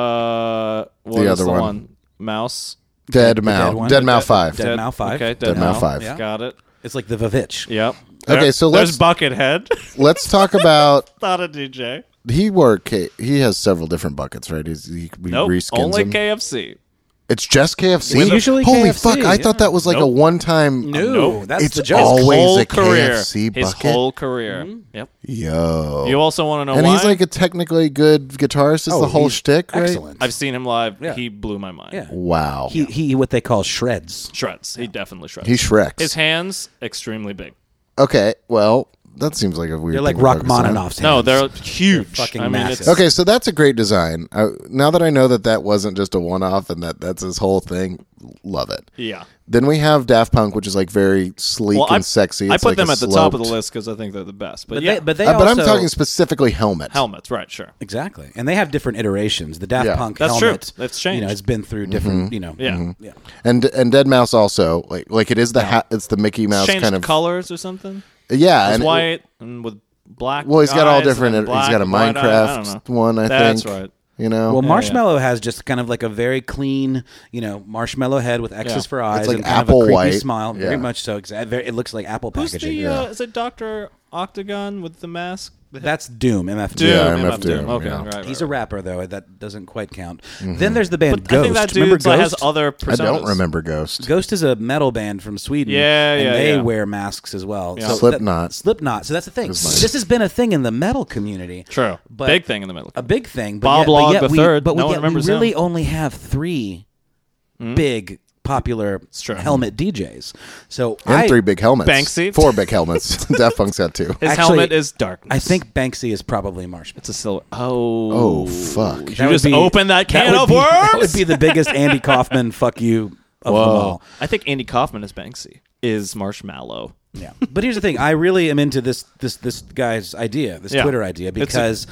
uh, what The was other the one. one? Mouse. Dead dead Mao. one? Dead The Mao Five. Dead Mouse Five. Okay, Dead Mouse Five. Yeah. Got it. It's like the Vavitch. Yep. Okay, so There's let's Buckethead. let's talk about Not a DJ. he work. He has several different buckets, right? He's, he we Nope. reskins Only them. KFC. It's just KFC. It's usually holy KFC, fuck! I thought that was like a Nope. one time. No, Nope. that's It's the joke. all- Always whole a career. KFC His bucket? whole career. Mm-hmm. Yep. Yo, You also want to know and why? he's like a technically good guitarist. Is Oh, the whole he's shtick, right? Excellent. I've seen him live. Yeah. He blew my mind. Yeah. Wow, he he what they call shreds. Shreds. He definitely shreds. he shreks. His hands extremely big. okay, well, that seems like a weird. They're like thing to focus on. Rachmaninoff's No, hands. they're huge. They're fucking I mean, massive. it's Okay, so that's a great design. I, now that I know that that wasn't just a one off and that that's his whole thing, love it. yeah. Then we have Daft Punk, which is like very sleek Well, I, and sexy. I It's put like them a at the top of the sloped- list because I think they're the best. But, But yeah, they but they Uh, but also- I'm talking specifically helmet. helmets, right? Sure. Exactly, and they have different iterations. The Daft Yeah. Mm-hmm. Punk That's true. helmet, That's You changed. know, it's been through different. You know, Yeah. yeah. and and Dead Mouse also like like it is the hat. It's the Mickey Mouse Changed kind of colors or something. yeah. It's And it- white and with black. well, he's got all eyes and different. uh, then he's black got a and white eye. I don't Minecraft know. one, I That's think. right. You know, Well, Yeah. Marshmallow has just kind of like a very clean, you know, marshmallow head with X's Yeah. for eyes, like and kind apple of a creepy white. smile. Yeah. Very much so. Exa- very- It looks like apple Who's packaging. the? Uh, is it Doctor Octagon with the mask? That's Doom. MF Doom. Yeah, MF MF Doom, Okay, yeah. right, right. He's a rapper though. That doesn't quite count. Mm-hmm. Then there's the band But Ghost. I think that Remember dude like, has Ghost? other personas. I don't remember Ghost. Ghost is a metal band from Sweden. Yeah, and yeah, They yeah. wear masks as well. Yeah. that- Slipknot. Slipknot. So that's the thing. Is mine. This has been a thing in the metal community. True. But Big thing in the middle. A big thing. But Bob yet, Log but yet the we, Third. But we, No one yet remembers we really him. Hmm? only have 3 big popular true. helmet DJs. So And I, three big helmets. Banksy. Four big helmets. Daft Punk's got two. His Actually, helmet is darkness. I think Banksy is probably Marshmallow. it's a silhouette. Oh. Oh fuck! That would just opened that can would of be- worms? That would be the biggest Andy Kaufman fuck you of them all. I think Andy Kaufman is Banksy. Is Marshmallow. Yeah. But here's the thing: I really am into this this this guy's idea, this Yeah. Twitter idea, It's a- because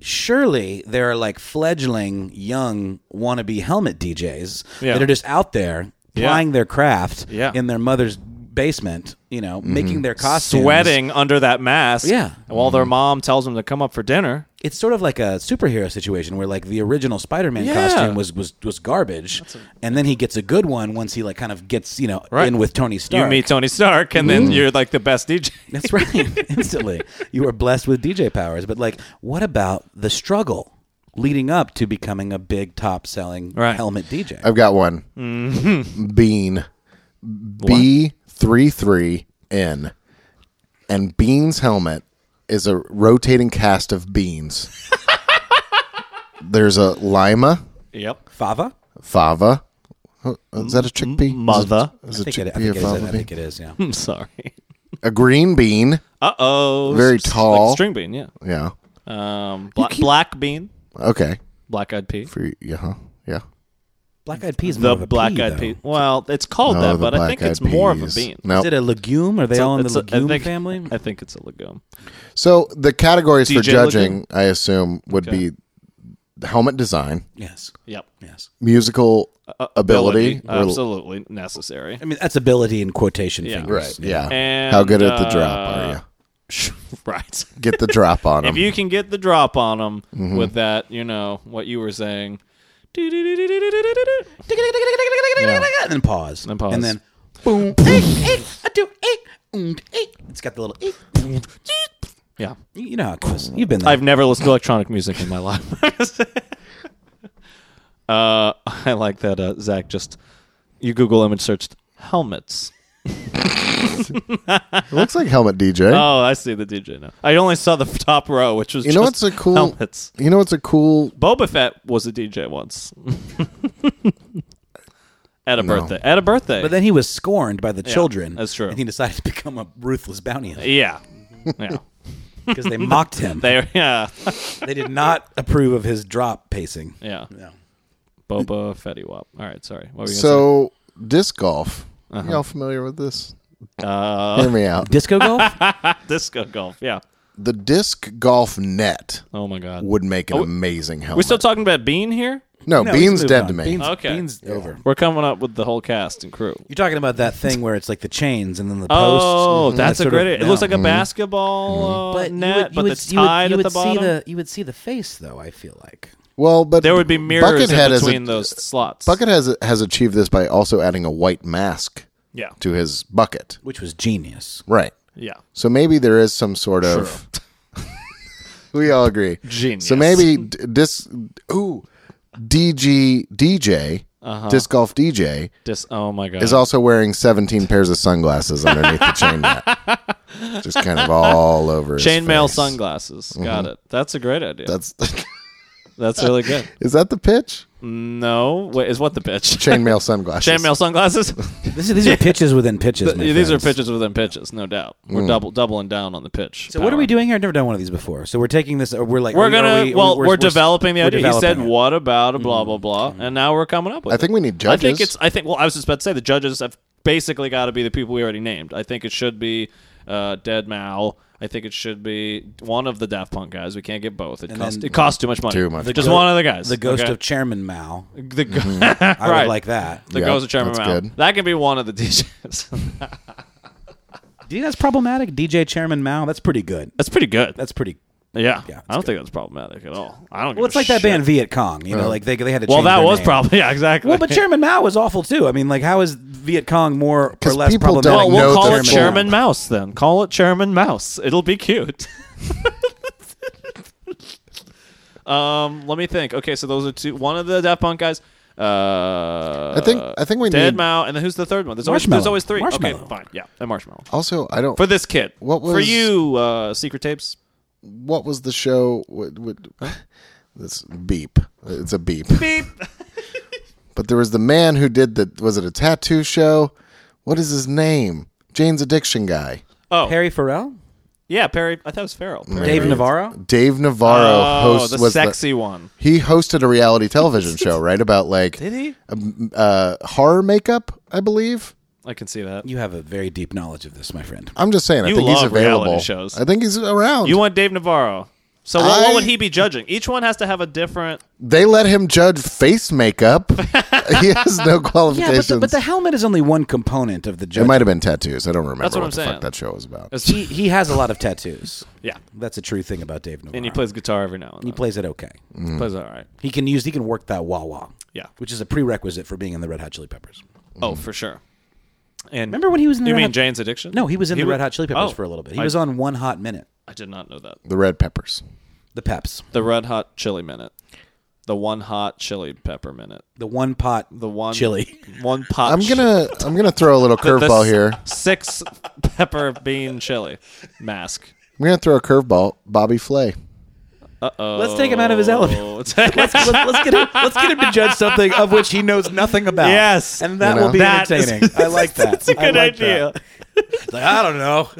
surely there are like fledgling young wannabe helmet DJs Yeah. that are just out there plying their craft Yeah. in their mother's basement, you know, making their costumes. Sweating under that mask. Yeah. While Mm-hmm. their mom tells them to come up for dinner. It's sort of like a superhero situation where like the original Spider-Man Yeah. costume was was was garbage, and then he gets a good one once he like kind of gets you know Right. in with Tony Stark. You meet Tony Stark, and Mm-hmm. then you're like the best DJ. That's right. Instantly, you were blessed with DJ powers. But like, what about the struggle leading up to becoming a big top selling Right. helmet DJ? I've got one. Bean. B three three N. And Bean's helmet is a rotating cast of beans. There's a lima, Yep. Fava. fava. Oh, Is that a chickpea? Mother. Is I it, is think, it it, I, chickpea think or it is, I fava bean? think it is. Yeah. I'm sorry. A green bean. Uh oh. Very tall. Like string bean, yeah. Yeah. Um, bla- black bean, Okay. black eyed pea. For yeah, huh? yeah. Black eyed peas. The more of a black pea, eyed though. pea. Well, it's called Oh, that, the but I think black-eyed it's more of a peas. bean. No. Is it a legume? Are they all in the It's a- I legume think- family? I think it's a legume. So the categories for DJ judging, I assume, would Okay. be helmet design, yes. Yep. Yes. musical ability, or- absolutely necessary. I mean, that's ability in quotation Yeah. fingers. Right. Yeah. And, How good at the drop uh, are you? right. Get the drop on If him. you can get the drop on them Mm-hmm. with that, you know what you were saying. Do-do-do-do-do-do-do-do-do. And then pause. Then pause. And then boom. Eek, eek, a do, eek, mm, eek. It's got the little. eek, mm, eek. Yeah. You know how it goes. You've been there. I've never listened to electronic music in my life. uh, I like that uh, Zach just you Google image searched helmets. It looks like helmet DJ. Oh, I see the DJ now. I only saw the top row, which was Hmm? you know just what's a cool? helmets. You know what's a cool? Boba Fett was a DJ once. At a birthday. At a birthday. But then he was scorned by the children. that's true. And he decided to become a ruthless bounty hunter yeah. Yeah. because they mocked him. they, They yeah. did not approve of his drop pacing. Yeah. No. Boba Fetty Wap. All right, sorry. What were you So disc golf. Y'all familiar with this? gonna Hear me out. Disco golf? say? Uh, disco golf. Yeah. The disc golf net Oh my god. would make an Oh, amazing helmet. We're still talking about Bean here? No, No, he's Bean's moved dead on. to me. Bean's, Okay. Bean's over. We're coming up with the whole cast and crew. You're talking about that thing where it's like the chains and then the posts. Oh, Mm-hmm. and that's that a sort of- great. It yeah. looks like a basketball uh, but net, you would, you but would, it's you would- tied you at would the see bottom. the you would see the face though. I feel like Well, but there would be Buckethead mirrors in has a- between those slots. Bucket has has achieved this by also adding a white mask Yeah. to his bucket. which was genius. Right. Yeah. So maybe there is some sort of. we all agree. Genius. So maybe d- disc. Ooh, DG DJ Uh-huh. disc golf DJ Dis- oh my god. is also wearing seventeen pairs of sunglasses underneath the chain net, just kind of all over his Chainmail face. sunglasses. Mm-hmm. Got it. That's a great idea. That's, That's really good. is that the pitch? No, wait, is what the pitch? Chainmail sunglasses. Chainmail sunglasses. This is, these are pitches within pitches. my These are friends. pitches within pitches, no doubt. Mm. We're double doubling down on the pitch. So what are power. we doing here? I've never done one of these before. So we're taking this. Or we're like We're are we- gonna. are we- well, we're, developing the we're idea. developing he said, it. "What about a blah blah blah?" And now we're coming up Mm-hmm. with. I it. think we need I think judges. it's. I think. Well, I was just about to say the judges have basically got to be the people we already named. I think it should be uh, Dead Mao. I think it should be one of the Daft Punk guys. We can't get both. It costs. then- It costs too much money. Too much. The Just go- one of the guys. The ghost okay? of Chairman Mao. the go- I right. would like that. the Yeah, ghost of Chairman that's Mao. good. That can be one of the DJs. Do you think that's problematic? DJ Chairman Mao. That's pretty good. that's pretty good. That's pretty. yeah. yeah, that's I don't think that's problematic at all. I don't. Well, it's like that band Viet Cong. You know, like they, they had to. Oh, Uh-huh. change Well, that their was name. probably yeah, exactly. Well, but Chairman Mao was awful too. I mean, like how is Viet Cong more or 'Cause less people don't problematic? Well, we'll know call the it full- Chairman Mouse then. Call it Chairman Mouse. It'll be cute. um, let me think. Okay, so those are two. One of the Daft Punk guys. Uh, I think- I think we Dead need- Mao, and then who's the third one? uh, There's always there's Marshmallow. always three. Okay, Marshmallow. fine. Yeah, and Marshmallow also I don't. for this kid. What for was- you? Uh, secret tapes. what was the show? What, what, this beep. It's a beep. Beep. But there was the man who did the. Was it a tattoo show? What is his name? Jane's Addiction guy. Oh, Harry Farrell, yeah, Perry. I thought it was Farrell. Perry. Dave Navarro. Dave Navarro Oh, hosts the was sexy one. The, he hosted a reality television show, right? About like Did he? um, uh, horror makeup, I believe. I can see that. You, You have a very deep knowledge of this, my friend. I'm just saying. You I think he's love reality available. shows. I think he's around. want Dave Navarro. So what, what I- would he be judging? Each one has to have a different. they let him judge face makeup. he has no Yeah, but qualifications. the, but the helmet is only one component of the it judge. might have been tattoos. I don't remember That's what I'm the saying. fuck that show was about. It's- He he has a lot of tattoos. yeah. That's a true thing about Dave Navarro. And he plays guitar every now and then. He plays it okay. plays all right. He can use. He can work that wah wah. Yeah. which is a prerequisite for being in the Red Hot Chili Peppers. Oh, Mm-hmm. for sure. And Remember when he was in the you Red mean Hot- Jane's Addiction? No, he was in the wa- Red Hot Chili Peppers Oh, for a little bit. He I- was on One Hot Minute. I did not know that. The Red Peppers. The Peps, The Red Hot Chili Minute, the one hot chili pepper minute, the one pot, the one chili. one pot. I'm gonna I'm gonna throw a little chi- the curveball s- here. Six pepper bean chili mask. I'm gonna throw a curveball. Bobby Flay. Let's take him out of his elevator. Oh, it's- let's, let's, let's get him, let's get him to judge something of which he knows nothing about. Yes. and that You know? will be That is- entertaining. I like that. That's a good idea. Like, I don't know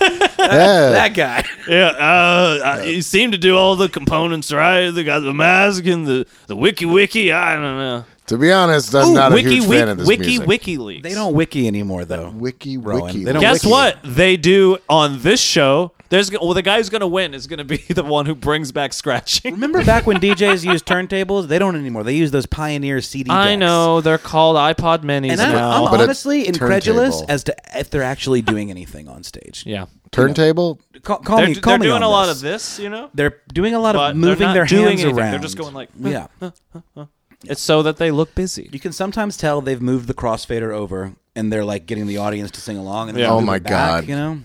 Yeah. that guy. Yeah, uh, uh, you seem to do all the components right. They got the mask and the, the wiki wiki. I don't know. to be honest, I'm Ooh, not a wiki huge wiki, fan of this wiki music. WikiLeaks. They don't wiki anymore though. Wiki Rowan, wiki. they don't Guess Wiki. what they do on this show? There's go- well, the guy who's gonna win is gonna be the one who brings back scratching. Remember back when DJs used turntables? They don't anymore. They use those Pioneer CD. I decks. know they're called iPod Minis And I'm, now. I'm But a honestly incredulous turntable. as to if they're actually doing anything on stage. yeah, Turntable. Call, call they're, me. they're Call me doing on a lot this. of this, you know. They're doing a lot But of they're moving not their doing hands anything. They're around. just going like, huh, yeah. It's so that they look busy. You can sometimes tell they've moved the crossfader over, and they're like getting the audience to sing along. And then Yeah. they Oh move my it back, God. You know,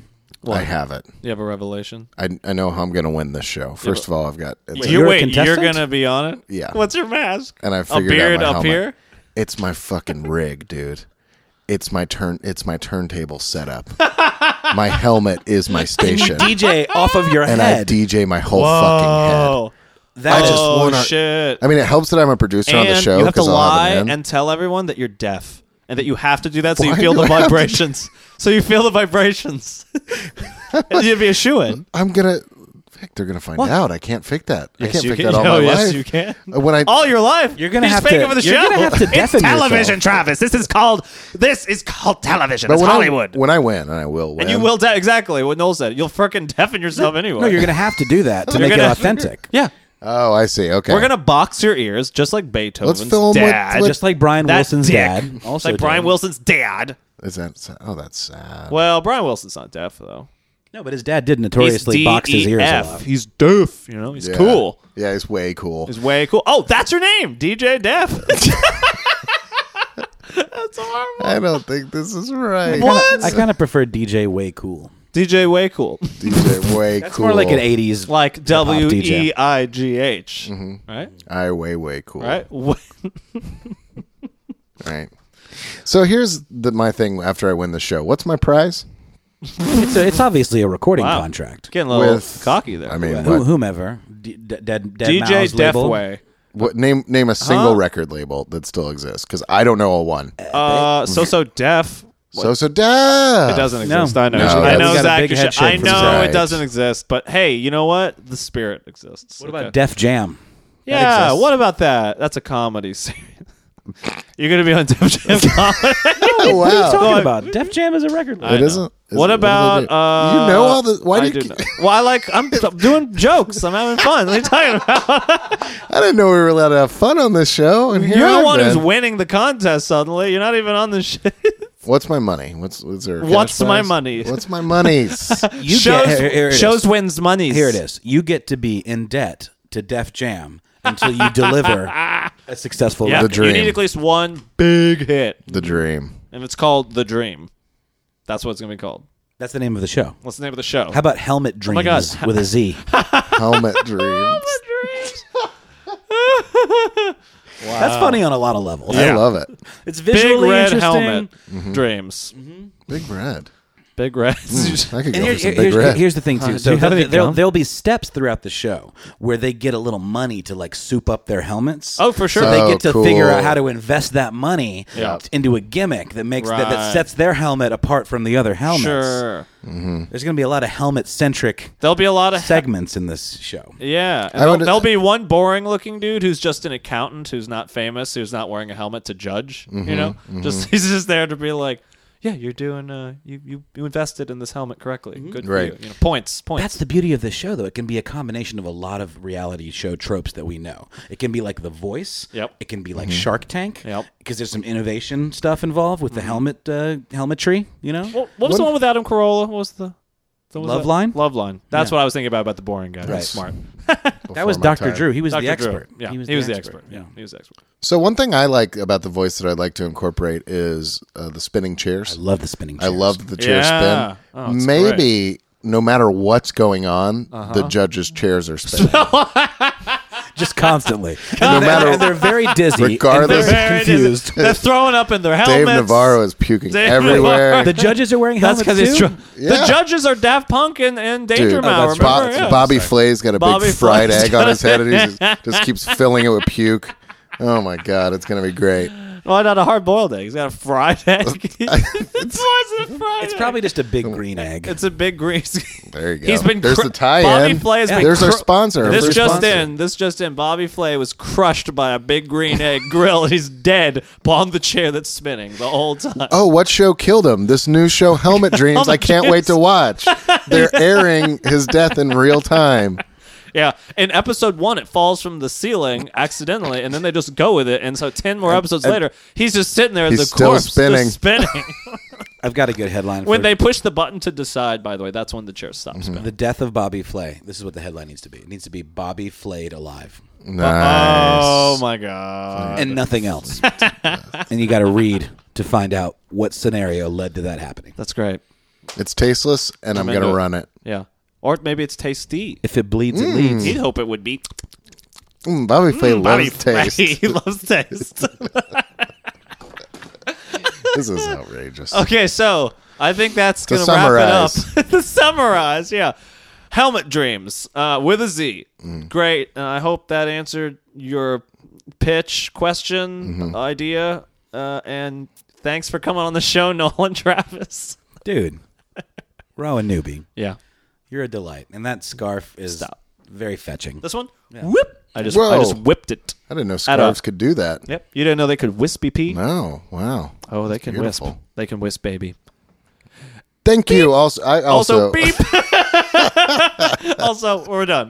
I have it. You have a revelation. I, I know how I'm gonna win this show. First of all, I've got it's, You- you're a contestant? be on it. Yeah. your mask? and I've a figured beard out my up helmet. here. It's my fucking rig, dude. It's my turn. It's my turntable setup. my helmet is my station, DJ off of your and I head. DJ my whole fucking head. Oh, that I is- just oh wanna- shit! I mean, it helps that I'm a producer on the And show You have to because I'll lie have it in. and tell everyone that you're deaf and that you have to do that so you Why feel do the I have to do- vibrations. So you feel the vibrations. And You'd be a shoe in. I'm gonna. Heck, they're gonna find out. I can't fake that. I can't you fake can. that all Oh, my yes, life. Uh, you can. When I All your life, You're gonna He's have faking to- for the you're show. gonna have to deafen yourself. Travis. This is called. This is called television. but when I, when I win, and I will win, and you will de- exactly what Noel said. You'll freaking deafen yourself anyway. no, you're going to have to do that to You're make it gonna- authentic. Yeah. Oh, I see. Okay. We're gonna box your ears just like Beethoven's film with- dad, let's- just like Brian That Wilson's dick. dad. Also, like Brian did. Wilson's dad. Is that? sa- Oh, that's sad. Well, Brian Wilson's not deaf though. No, but his dad did He's notoriously box his ears DEF. a lot. He's deaf. You know, he's Yeah. cool. Yeah, it's way cool. He's way cool. Oh, that's her name, DJ Deaf. that's horrible. I don't think this is right. I kind of prefer DJ Way Cool. DJ Way Cool, DJ way It's cool. more like an '80s. like Hip-hop W DJ. E I G H. Mm-hmm. Right, I way way cool. right. Wa- Right. So here's the, my thing. After I win the show, what's my prize? it's, a- it's obviously a recording Wow. contract. Getting a little With- cocky there. I mean, Who- what, whomever, D- D- Dead, Dead DJ Mouse label. Defway. what name name a single Huh? record label that still exists? Because I don't know a one. Uh, so so deaf. so so duh. It doesn't No. exist. I know. No, I that's- know We got a Zach. big you head should- I shake for know Zach. it doesn't exist, but hey, you know what? The spirit exists. What about Okay. Def Jam? yeah? exists? What about that? That's a comedy series. You're gonna be on Def Jam comedy. Oh, What are you wow. talking about? Def Jam is a record. I It know. isn't. is- What do they about do? uh, you know all the? Why I do you? do know. Well, I like I'm t- doing jokes. I'm having fun. What are you talking about? I didn't know we were allowed to have fun on this show. And here You're the I've one who's been. winning the contest. Suddenly, you're not even on the shit. What's my money? What's is there? a cash What's my prize? money? What's my monies? You shows get, here, here it is. shows wins money. Here it is. You get to be in debt to Def Jam until you deliver a successful Yeah, The record. dream. you need at least one big hit, the dream. and it's called the dream. That's what it's gonna be called. That's the name of the show. What's the name of the show? How about Helmet Dreams my God. with a Z? Helmet dreams. That's funny on a lot of levels. I love it. It's Big visually red interesting. helmet Mm-hmm. dreams. Big red. Big red. I could go And for here's, some big here's- red. here's the thing too. so you have there- any there'll, gum? there'll be steps throughout the show where they get a little money to like soup up their helmets. Oh, for sure. So they Oh, get to figure cool. out how to invest that money Yeah. into a gimmick that makes that, that Right. sets their helmet apart from the other helmets. sure. There's going to be a lot of helmet centric There'll be a lot of segments in this show. yeah. And I there'll, would- there'll be one boring looking dude who's just an accountant who's not famous, who's not wearing a helmet to judge. Mm-hmm, you know, just he's just there to be like, yeah, you're doing. Uh, you you you invested in this helmet correctly. Good for Right. you. You know, points. Points. Mm-hmm. That's the beauty of this show, though. It can be a combination of a lot of reality show tropes that we know. It can be like The Voice. Yep. It can be like Shark Tank. Yep. Because there's some innovation stuff involved with the helmet uh, helmetry. You know. Well, what was the one with Adam Carolla? What was the, the what was Love that? Line? Love line. That's Yeah. what I was thinking about about the boring guy. Right. That's smart. that was Before my Dr. time. Drew. He was Dr. the Drew. expert. Yeah, he was, the, expert. Yeah, he was the expert. So one thing I like about the voice that I'd like to incorporate is uh, the spinning I chairs. love the spinning. I Chairs. love the chair Yeah. spin. Oh, it's Uh-huh. Maybe no matter what's going on, the judges' chairs are spinning. just constantly. no And matter they're very dizzy. and Regardless- very Very confused. They're throwing up in their helmets. Dave Navarro is puking Dave everywhere. The judges are wearing That's helmets because it's too. Oh, true. The Yeah. judges are Daft Punk and, and Danger Dude, Mouse. Bo- remember? yeah. Bobby Flay's got a Bobby big fried Flay's egg got on his head, and he it. just, just keeps filling it with puke. Oh my god, it's gonna be great. Well, not a hard boiled egg. He's got a fried egg. it's, it's a fried It's egg. probably just a big green egg. It's a big grease. There you go. He's been There's cru- the tie-in. Bobby Flay has Yeah. been There's our cru- sponsor, our This first just sponsor. in. This just in. Bobby Flay was crushed by a big green egg grill. and He's dead upon the chair that's spinning the whole time. Oh, what show killed him? This new show, Helmet Dreams. I can't wait to watch. They're airing his death in real time. Yeah. In episode one, it falls from the ceiling accidentally, and then they just go with it. And so ten more episodes later, he's just sitting there as He's a still corpse, just spinning. spinning. I've got a good headline. when for they push the button to decide, by the way, that's when the chair stops spinning. The death of Bobby Flay. This is what the headline needs to be. It needs to be Bobby Flayed alive Nice. Oh my god! and nothing else. and you got to read to find out what scenario led to that happening. That's great. It's tasteless, and I'm, I'm gonna into it. run it. Yeah. Or maybe it's tasty. If it bleeds, it leads. He'd hope it would be Mm, Bobby Flay Bobby loves taste. Flay. he loves taste. This is outrageous. okay, so Oh, I think that's To gonna wrap it up. to summarize, yeah. Helmet dreams uh, with a Z. Mm. Great. Uh, I hope that answered your pitch, question, Mm-hmm. idea, uh, and thanks for coming on the show, Nolan Travis. Dude, Rowan Newby, Yeah, you're a delight. And that scarf is Stop. very fetching. this one. Whip. I just I Whoa. just whipped it. I didn't know At scarves all. could do that. Yep. You didn't know they could wispy pee. No, wow. Oh, they can wisp. beautiful. They can wisp, baby. Thank you. Also, I also, also beep. also, we're done.